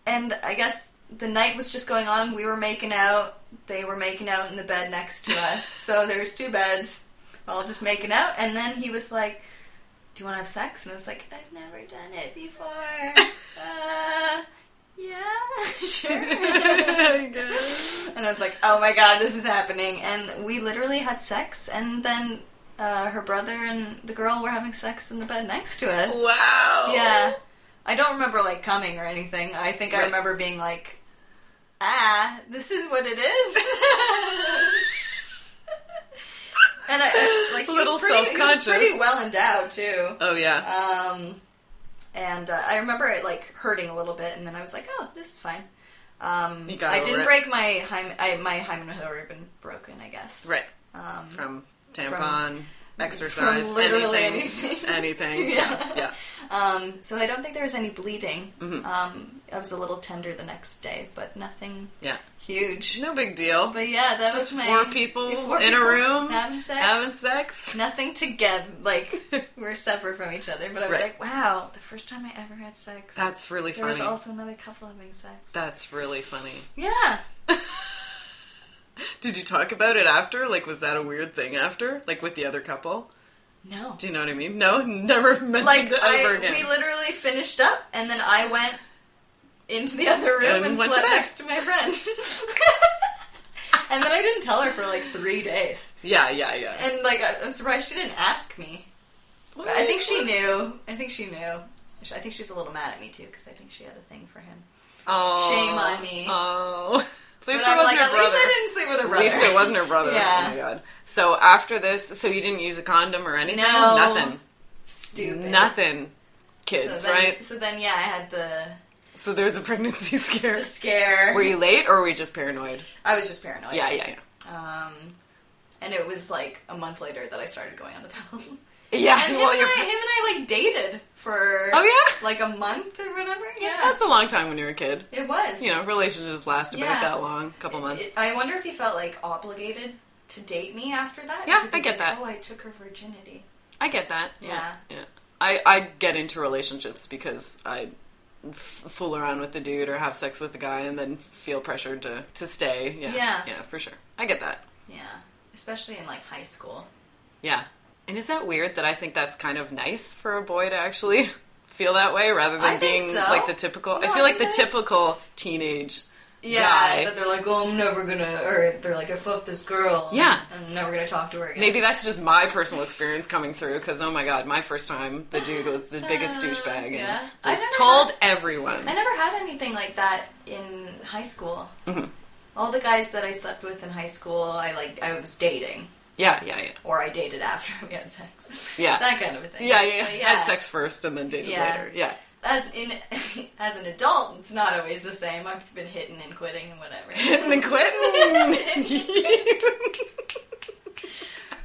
B: and I guess the night was just going on. We were making out. They were making out in the bed next to us. so there's two beds, all just making out. And then he was like, "Do you want to have sex?" And I was like, "I've never done it before." uh, yeah, sure.
A: I guess.
B: And I was like, oh my god, this is happening. And we literally had sex, and then uh, her brother and the girl were having sex in the bed next to us.
A: Wow.
B: Yeah. I don't remember, like, coming or anything. I think I
A: Right.
B: remember being like, ah, this is what it is. and I, I like, he was
A: Little
B: pretty- he was
A: self-conscious.
B: pretty well endowed, too.
A: Oh yeah.
B: Um, and uh, I remember it like hurting a little bit, and then I was like, "Oh, this is fine." Um,
A: You got
B: I
A: over
B: didn't
A: it.
B: break my hymen. I, my hymen had already been broken, I guess.
A: right. from tampon, exercise,
B: from um, literally
A: anything, anything. yeah. Yeah.
B: Um, so I don't think there was any bleeding.
A: Mm-hmm.
B: Um, I was a little tender the next day, but nothing
A: Yeah.
B: huge.
A: No big deal.
B: But yeah, that
A: Just
B: was my
A: four people
B: four
A: in
B: people
A: a room
B: having sex.
A: Having sex.
B: Nothing together, like we're separate from each other. But I was
A: Right.
B: like, wow, the first time I ever had sex.
A: That's really
B: there was
A: funny.
B: also another couple having sex.
A: That's really funny.
B: Yeah,
A: Did you talk about it after? Like, was that a weird thing after? Like with the other couple?
B: no.
A: Do you know what I mean? No, never mentioned
B: like
A: it
B: I,
A: ever again.
B: we literally finished up, and then I went into the other room and,
A: And went to
B: slept
A: bed.
B: next to my friend. and then I didn't tell her for like three days,
A: yeah, yeah, yeah.
B: and like I, I'm surprised she didn't ask me. But I think she knew. I think she knew. Sh- I think she's a little mad at me too because I think she had a thing for him.
A: Oh,
B: Shame on me.
A: Oh, at
B: But
A: least it
B: I'm
A: wasn't
B: like,
A: her
B: at
A: brother.
B: least I didn't sleep with her
A: At
B: brother.
A: least it wasn't her brother.
B: Yeah.
A: Oh my god. So after this, so you didn't use a condom or anything?
B: No.
A: Nothing.
B: Stupid.
A: Nothing. kids,
B: so then,
A: right?
B: So then, yeah, I had the,
A: So there was a pregnancy scare.
B: the scare.
A: Were you late or were you just paranoid?
B: I was just paranoid.
A: Yeah, yeah, yeah.
B: And it was like a month later that I started going on the pill.
A: Yeah,
B: And him,
A: well,
B: and
A: you're.
B: I, him and I like dated for
A: Oh, yeah?
B: like a month or whatever. Yeah,
A: That's a long time when you're a kid.
B: it was.
A: You know, relationships last about
B: Yeah.
A: that long, couple months.
B: It- I wonder if he felt like obligated to date me after that.
A: Yeah,
B: because
A: I
B: he's
A: get
B: like,
A: that.
B: Oh, I took her virginity.
A: I get that.
B: Yeah.
A: Yeah. I, I get into relationships because I f- fool around with the dude or have sex with the guy and then feel pressured to, to stay. Yeah.
B: Yeah.
A: Yeah, for sure. I get that.
B: Yeah, especially in like high school.
A: Yeah. And is that weird that I think that's kind of nice for a boy to actually feel that way rather than
B: I think
A: being
B: so.
A: like the typical? I
B: No,
A: feel
B: I
A: like the
B: think that is-
A: typical teenage.
B: Yeah,
A: guy.
B: that they're like, oh, I'm never gonna, or they're like, I fucked this girl.
A: Yeah.
B: I'm never gonna talk to her again.
A: Maybe that's just my personal experience coming through because oh my god, my first time the dude was the biggest douchebag and
B: Yeah. I've
A: just
B: never
A: told
B: had-
A: everyone.
B: I never had anything like that in high school.
A: Mm-hmm.
B: All the guys that I slept with in high school, I like, I was dating,
A: Yeah, yeah, yeah.
B: or I dated after we had sex.
A: Yeah.
B: that kind of a thing.
A: Yeah, yeah,
B: But
A: yeah. Had sex first and then dated
B: Yeah.
A: later. Yeah.
B: As in, as an adult, it's not always the same. I've been hitting and quitting and whatever,
A: And then quit.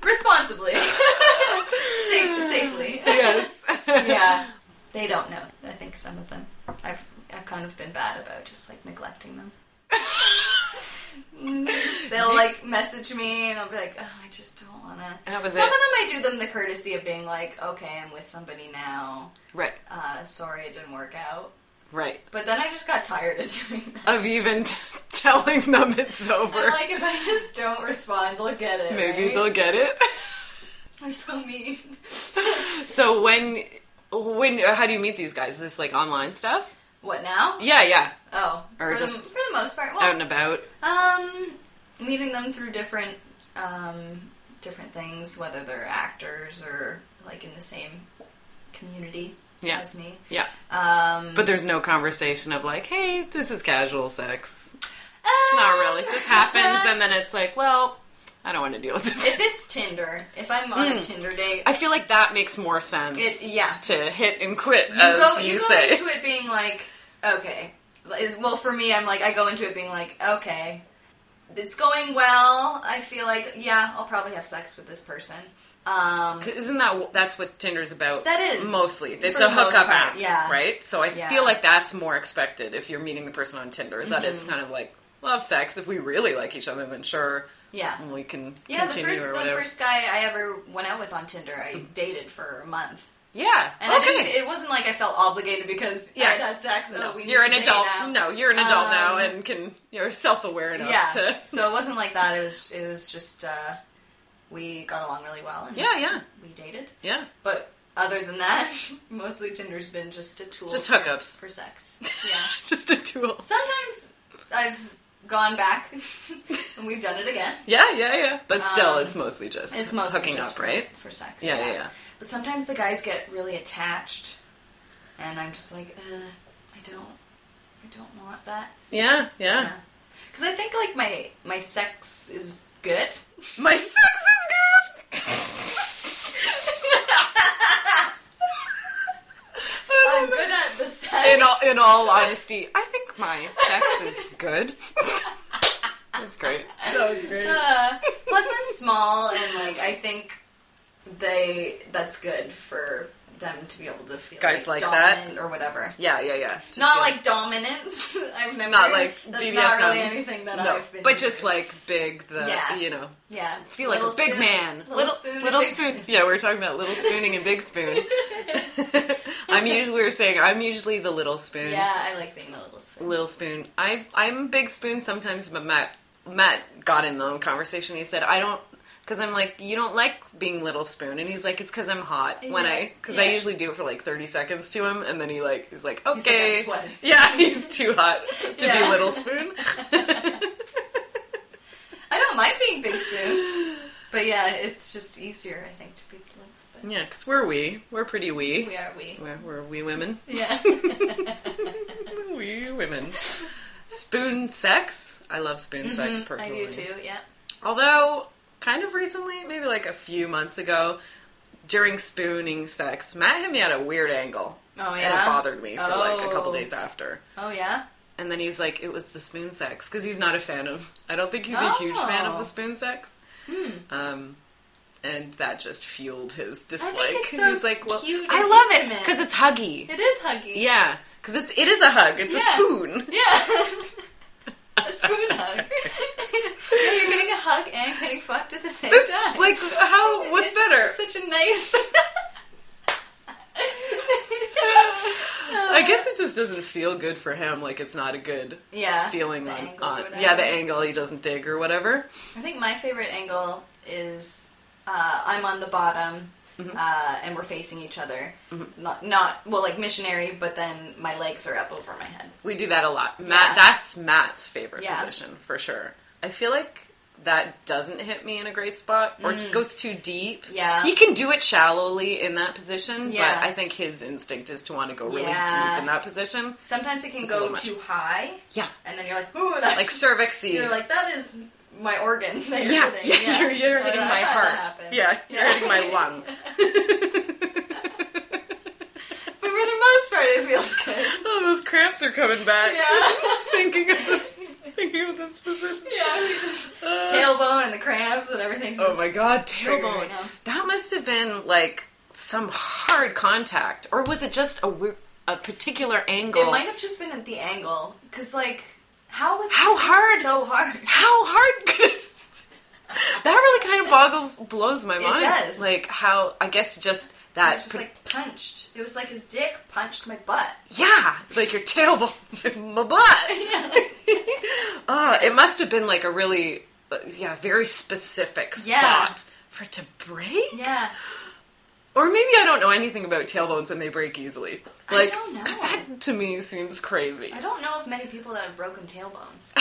B: responsibly, Safe, safely.
A: yes.
B: yeah, they don't know. I think some of them. I've I've kind of been bad about just like neglecting them. They'll like message me, and I'll be like, oh, I just don't wanna.
A: That was
B: some
A: it.
B: of them I do them the courtesy of being like, okay, I'm with somebody now.
A: Right.
B: Uh, sorry, it didn't work out.
A: Right.
B: But then I just got tired of doing that.
A: Of even t- telling them it's over.
B: I'm like if I just don't respond, they'll get it.
A: Maybe
B: right?
A: they'll get it.
B: I'm so mean.
A: So when when uh, how do you meet these guys? Is this like online stuff?
B: What now?
A: Yeah, yeah.
B: Oh,
A: Or
B: for,
A: just
B: the, for the most part, well,
A: Out and about.
B: Um, meeting them through different, um, different things, whether they're actors or like in the same community
A: Yeah.
B: as me.
A: Yeah.
B: Um,
A: But there's no conversation of like, "Hey, this is casual sex." Not
B: um,
A: really. It just happens and then it's like, "Well, I don't want to deal with this."
B: if it's Tinder, if I'm on a Tinder date,
A: Hmm. I feel like that makes more sense.
B: it, yeah,
A: to hit and quit,
B: you
A: as
B: go
A: you,
B: you, go
A: say.
B: into it being like, okay, is well for me, I'm like I go into it being like, okay, it's going well. I feel like yeah, I'll probably have sex with this person. Um,
A: Isn't that that's what Tinder's about?
B: That is.
A: mostly it's
B: For
A: a
B: the most
A: hookup
B: part,
A: app,
B: yeah.
A: right? So I
B: Yeah.
A: feel like that's more expected if you're meeting the person on Tinder. That it's
B: Mm-hmm.
A: kind of like love, sex. If we really like each other, then sure,
B: yeah.
A: we can
B: Yeah, the
A: continue
B: first
A: or
B: the
A: whatever.
B: first guy I ever went out with on Tinder, I dated for a month,
A: yeah,
B: and I didn't,
A: okay.
B: it wasn't like I felt obligated because
A: Yeah.
B: I had sex. Oh, we need
A: You're an
B: to date
A: adult.
B: now.
A: No, you're an adult now
B: Um,
A: and can you're self aware enough
B: yeah.
A: to.
B: so it wasn't like that. It was it was just uh, we got along really well, and
A: Yeah, yeah,
B: we dated.
A: yeah.
B: But other than that, mostly Tinder's been just a tool,
A: Just
B: for-
A: hookups.
B: for sex. Yeah,
A: Just a tool.
B: sometimes I've gone back, and we've done it again.
A: Yeah, yeah, yeah. But still,
B: Um,
A: it's mostly just
B: It's mostly
A: hooking
B: just
A: up,
B: for-
A: right?
B: For sex.
A: Yeah, yeah, yeah.
B: But sometimes the guys get really attached, and I'm just like, uh, I don't, I don't want that.
A: Yeah, yeah.
B: Because I think like my my sex is good.
A: My sex is
B: I'm good at the sex.
A: good. in all in all honesty, I think my sex is good. That's great. That was great.
B: Uh, plus, I'm small, and like I think they that's good for them to be able to feel
A: Guys like that?
B: dominant or whatever.
A: Yeah, yeah, yeah. Just
B: Not
A: feel-
B: like dominance. I've never
A: Not like
B: that's not
A: BDSM.
B: really anything that
A: no,
B: I've been.
A: but just
B: into.
A: like big the
B: Yeah.
A: you know
B: yeah,
A: feel like
B: Little
A: a big
B: spoon-
A: man.
B: little, spoon, and
A: little
B: big
A: spoon. Yeah, we were talking about little spooning and big spoon. I'm usually we were saying I'm usually the little spoon.
B: Yeah, I like being the little spoon.
A: Little Spoon. I've, I'm a Big Spoon sometimes, but Matt Matt got in the conversation. He said, "I don't," because I'm like, "You don't like being Little Spoon," and he's like, "It's because I'm hot when
B: Yeah,
A: I because I
B: yeah.
A: usually do it for like 30 seconds to him, and then he like he's like,
B: like, "I'm
A: okay,
B: sweating."
A: yeah, he's too hot to be
B: Yeah.
A: Little Spoon."
B: I don't mind being big spoon, but yeah, it's just easier, I think, to be the little spoon.
A: yeah, because we're we, we're pretty we,
B: We are we.
A: we're, we're we women,
B: Yeah.
A: we women. Spoon sex. I love spoon sex
B: Mm-hmm. I
A: personally.
B: do too, yeah.
A: Although, kind of recently, maybe like a few months ago, during spooning sex, Matt hit me at a weird angle.
B: Oh,
A: and
B: yeah?
A: it bothered me for like a couple
B: Oh.
A: days after.
B: Oh yeah.
A: And then he was like, it was the spoon sex. Because he's not a fan of, I don't think he's a huge
B: Oh. Hmm.
A: fan of the spoon sex. Um, and that just fueled his dislike.
B: it's
A: And
B: so
A: he's like, well,
B: cute and
A: I love it
B: intimate.
A: because it's huggy.
B: It is huggy.
A: yeah, because it's it is a hug. It's a
B: Yeah.
A: spoon.
B: Yeah. a spoon hug. yeah, you're getting a hug and getting fucked at the same time.
A: Like how? What's
B: It's
A: better?
B: Such a nice.
A: I guess it just doesn't feel good for him. Like it's not a good
B: Yeah,
A: feeling
B: the
A: on,
B: angle or
A: on-
B: whatever.
A: yeah the angle he doesn't dig or whatever.
B: I think my favorite angle is uh, I'm on the bottom.
A: Mm-hmm.
B: Uh, and we're facing each other. Not, not well, like missionary, but then my legs are up over my head.
A: We do that a lot. Matt,
B: Yeah.
A: that's Matt's favorite
B: Yeah.
A: position for sure. I feel like that doesn't hit me in a great spot or goes too deep.
B: Mm. Yeah.
A: he can do it shallowly in that position,
B: Yeah.
A: but I think his instinct is to want to go really
B: Yeah.
A: deep in that position,
B: Sometimes it can
A: a
B: go
A: little much.
B: too high.
A: Yeah.
B: and then you're like, ooh, that's
A: like cervix.
B: You're like, that is my organ. That you're
A: yeah,
B: hitting.
A: yeah, you're, you're
B: Like,
A: hitting
B: I've
A: my
B: had that
A: heart.
B: happen.
A: Yeah, you're hitting my lung.
B: But for the most part, it feels good.
A: Oh, those cramps are coming back.
B: Yeah.
A: thinking of this, thinking of this position.
B: yeah, you just
A: Uh,
B: tailbone and the cramps and everything's
A: Oh
B: just
A: my god,
B: triggered right
A: tailbone.
B: now.
A: That must have been like some hard contact, or was it just a w- a particular angle?
B: It might have just been at the angle, because like, how was
A: How hard?
B: So hard.
A: how hard could it? that really kind of boggles blows my mind.
B: does.
A: Like how I guess just
B: I
A: that.
B: was just
A: pa-
B: like punched. It was like his dick punched my butt.
A: yeah, like your tailbone, my butt. Ah, it must have been like a really uh, yeah very specific spot
B: Yeah.
A: for it to break.
B: Yeah.
A: Or maybe I don't know anything about tailbones and they break easily.
B: I
A: Like,
B: don't know.
A: 'cause that to me seems crazy.
B: I don't know of many people that have broken tailbones.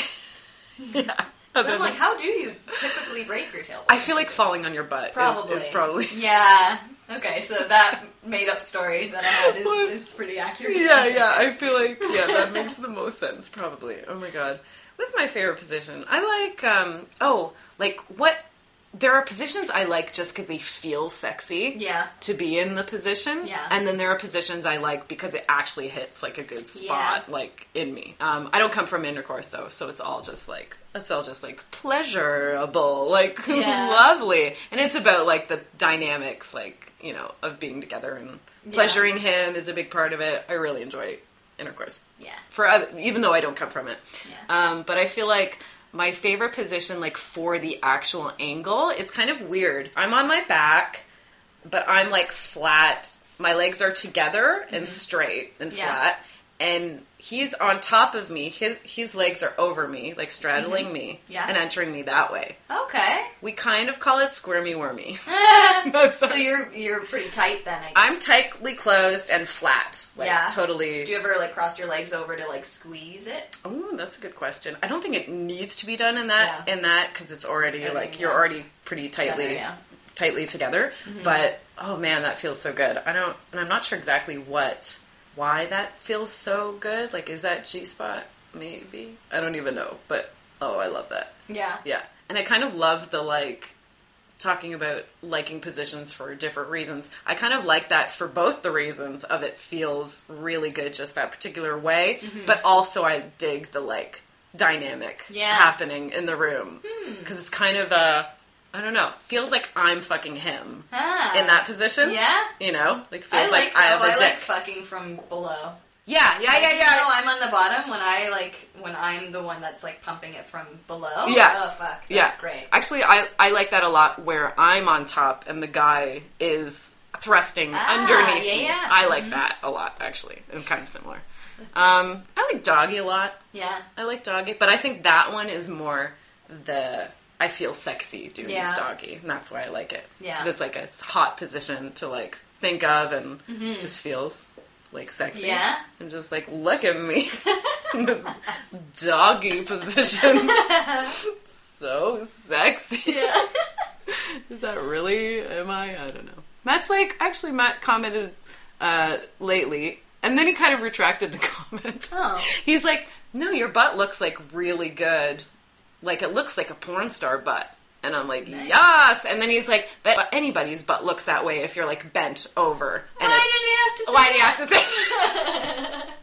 A: yeah.
B: But I'm like, how do you typically break your tailbone?
A: I feel like falling on your butt
B: Probably.
A: Is, is probably.
B: Yeah. Okay, so that made up story that I had
A: Was-
B: is, is pretty accurate.
A: Yeah, yeah. I feel like yeah, that makes the most sense probably. Oh my god. What's my favorite position? I like um oh, like what there are positions I like just cuz they feel sexy.
B: Yeah.
A: To be in the position.
B: Yeah.
A: And then there are positions I like because it actually hits like a good spot
B: Yeah.
A: like in me. Um I don't come from intercourse though, so it's all just like it's all just like pleasurable, like
B: Yeah.
A: lovely. And it's about like the dynamics like, you know, of being together and pleasuring him is a big part of it. I really enjoy intercourse
B: Yeah.
A: for other, even though I don't come from it.
B: Yeah.
A: Um, but I feel like my favorite position, like for the actual angle, it's kind of weird. I'm on my back, but I'm like flat. My legs are together and straight and
B: Mm-hmm. Yeah.
A: flat, and he's on top of me. His his legs are over me, like straddling me
B: Mm-hmm. Yeah.
A: and entering me that way.
B: Okay.
A: We kind of call it squirmy wormy.
B: So you're you're pretty tight then. I guess.
A: I'm tightly closed and flat, like
B: Yeah.
A: totally.
B: Do you ever like cross your legs over to like squeeze it?
A: Oh, that's a good question. I don't think it needs to be done in that
B: Yeah.
A: in that because it's already like you're
B: yeah.
A: already pretty tightly
B: yeah. Mm-hmm.
A: tightly together. But oh man, that feels so good. I don't, and I'm not sure exactly what why that feels so good. Like, is that G spot? Maybe I don't even know. But oh, I love that.
B: Yeah.
A: Yeah, and I kind of love the like talking about liking positions for different reasons. I kind of like that for both the reasons of it feels really good just that particular way,
B: Mm-hmm.
A: but also I dig the like dynamic
B: Yeah. Hmm.
A: happening in the room because it's kind of a I don't know feels like I'm fucking him
B: Ah.
A: in that position.
B: Yeah.
A: you know, like
B: I
A: feels
B: like,
A: like, I have
B: oh,
A: a
B: I
A: dick.
B: like fucking from below.
A: yeah, yeah, yeah,
B: You
A: yeah.
B: know I'm on the bottom when I like when I'm the one that's like pumping it from below.
A: Yeah.
B: Oh fuck. That's great.
A: Actually, I I like that a lot where I'm on top and the guy is thrusting
B: Ah,
A: underneath
B: yeah,
A: me.
B: yeah. Mm-hmm.
A: I like that a lot actually. It's kind of similar. Um, I like doggy a lot.
B: yeah.
A: I like doggy, but I think that one is more the I feel sexy doing
B: Yeah.
A: doggy, and that's why I like it.
B: Yeah.
A: 'Cause it's like a s- hot position to like think of and just feels like sexy.
B: Mm-hmm. Yeah.
A: I'm just like, look at me, doggy position, so sexy.
B: Yeah.
A: Is that really? Am I? I don't know. Matt's like, actually, Matt commented uh, lately, and then he kind of retracted the comment.
B: Oh.
A: He's like, no, your butt looks like really good. Like, it looks like a porn star butt. And I'm like, yes. And then he's like, but, but anybody's butt looks that way if you're like bent over. And it-
B: Why did you have to say
A: why do you have to say?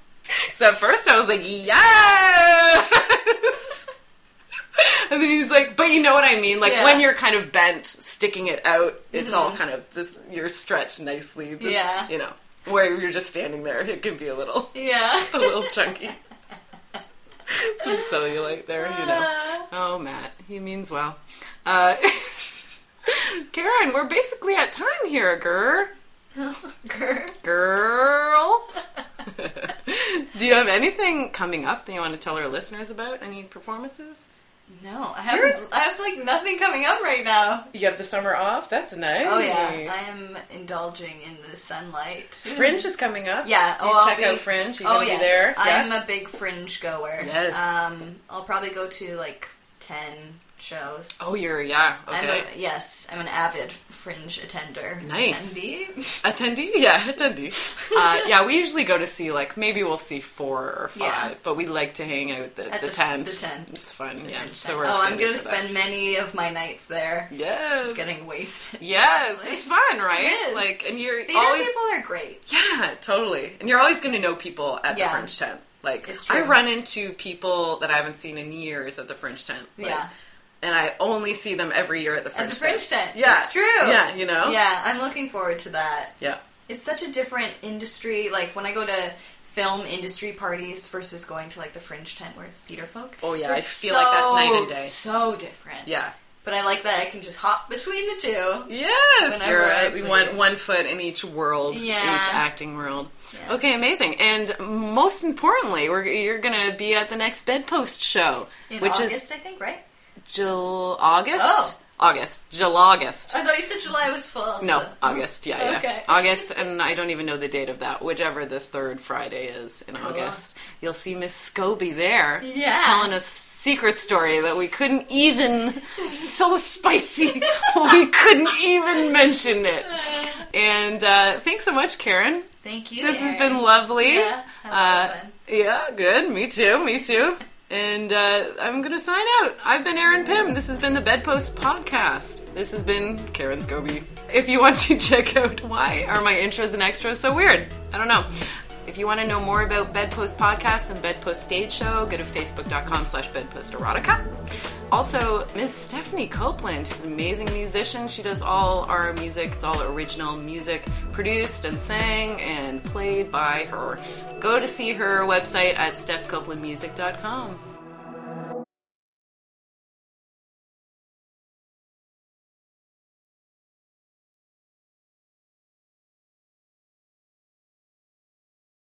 A: so at first I was like, yes. and then he's like, but you know what I mean? Like
B: Yeah. Mm-hmm.
A: when you're kind of bent, sticking it out, it's all kind of this. You're stretched nicely. This,
B: Yeah.
A: You know, where you're just standing there, it can be a little, a
B: Yeah.
A: little chunky. Some cellulite there, you know.
B: Ah.
A: Oh, Matt, he means well. Uh, Karen, we're basically at time here, girl.
B: Grr.
A: Girl. Do you have anything coming up that you want to tell our listeners about? Any performances?
B: No, I have I have like nothing coming up right now.
A: You have the summer off. That's nice.
B: Oh yeah, I am indulging in the sunlight.
A: Fringe is coming up.
B: Yeah,
A: Do you
B: oh, I'll
A: check
B: be-
A: out Fringe? You
B: oh
A: gonna
B: yes,
A: be there?
B: I'm a big fringe goer.
A: Yes.
B: um, I'll probably go to like ten shows.
A: oh, you're yeah.
B: I'm
A: Okay.
B: a, yes, I'm an avid fringe attender.
A: Nice.
B: Attendee?
A: attendee. Yeah, attendee. uh, yeah, we usually go to see like maybe we'll see four or five,
B: Yeah.
A: but we like to hang out at the,
B: At
A: the,
B: the f-
A: tent.
B: the tent.
A: It's fun. yeah.
B: Fringe
A: So
B: tent.
A: we're
B: oh, I'm
A: excited for
B: gonna
A: that.
B: spend many of my nights there.
A: Yes.
B: Just getting wasted.
A: Yes, it's fun, right?
B: It is.
A: Like, and you're
B: Theater
A: always
B: people are great.
A: yeah, totally. And you're always going to know people at the
B: Yeah.
A: French tent. Like,
B: It's
A: I
B: true.
A: run into people that I haven't seen in years at the French tent. like,
B: Yeah.
A: and I only see them every year at the French
B: At the fringe tent.
A: Yeah,
B: It's true.
A: Yeah, you know.
B: Yeah, I'm looking forward to that.
A: yeah.
B: It's such a different industry. Like when I go to film industry parties versus going to like the fringe tent where it's theater folk.
A: Oh, yeah,
B: they're
A: I feel like that's night and day.
B: So different.
A: Yeah.
B: But I like that I can just hop between the two.
A: Yes,
B: Whenever
A: you're
B: I
A: right. We want
B: please.
A: one foot in each world,
B: Yeah.
A: each acting world.
B: Yeah.
A: Okay, amazing. And most importantly, we're, you're going to be at the next bedpost show,
B: In
A: which
B: August,
A: is
B: I think, right?
A: Jul August.
B: Oh.
A: August, Jul August.
B: I thought you said July was full.
A: No,
B: so-
A: August. Yeah, yeah.
B: Okay.
A: August, and I don't even know the date of that. Whichever the third Friday is in August, you'll see Miss Scobie there,
B: Yeah.
A: telling a secret story that we couldn't even. so spicy, we couldn't even mention it. And uh, thanks so much, Karen.
B: Thank you.
A: This has
B: Erin.
A: been lovely.
B: Yeah, had a lot of
A: Uh,
B: fun.
A: yeah, good. Me too. Me too. And uh, I'm gonna sign out. I've been Aaron Pym. This has been the Bedpost Podcast. This has been Karen Scobie. If you want to check out why are my intros and extras so weird, I don't know. If you want to know more about Bedpost Podcast and Bedpost Stage Show, go to facebook.com slash bedpost erotica. Also, Miss Stephanie Copeland, she's an amazing musician. She does all our music. It's all original music, produced and sang and played by her. Go to see her website at stephcopelandmusic.com.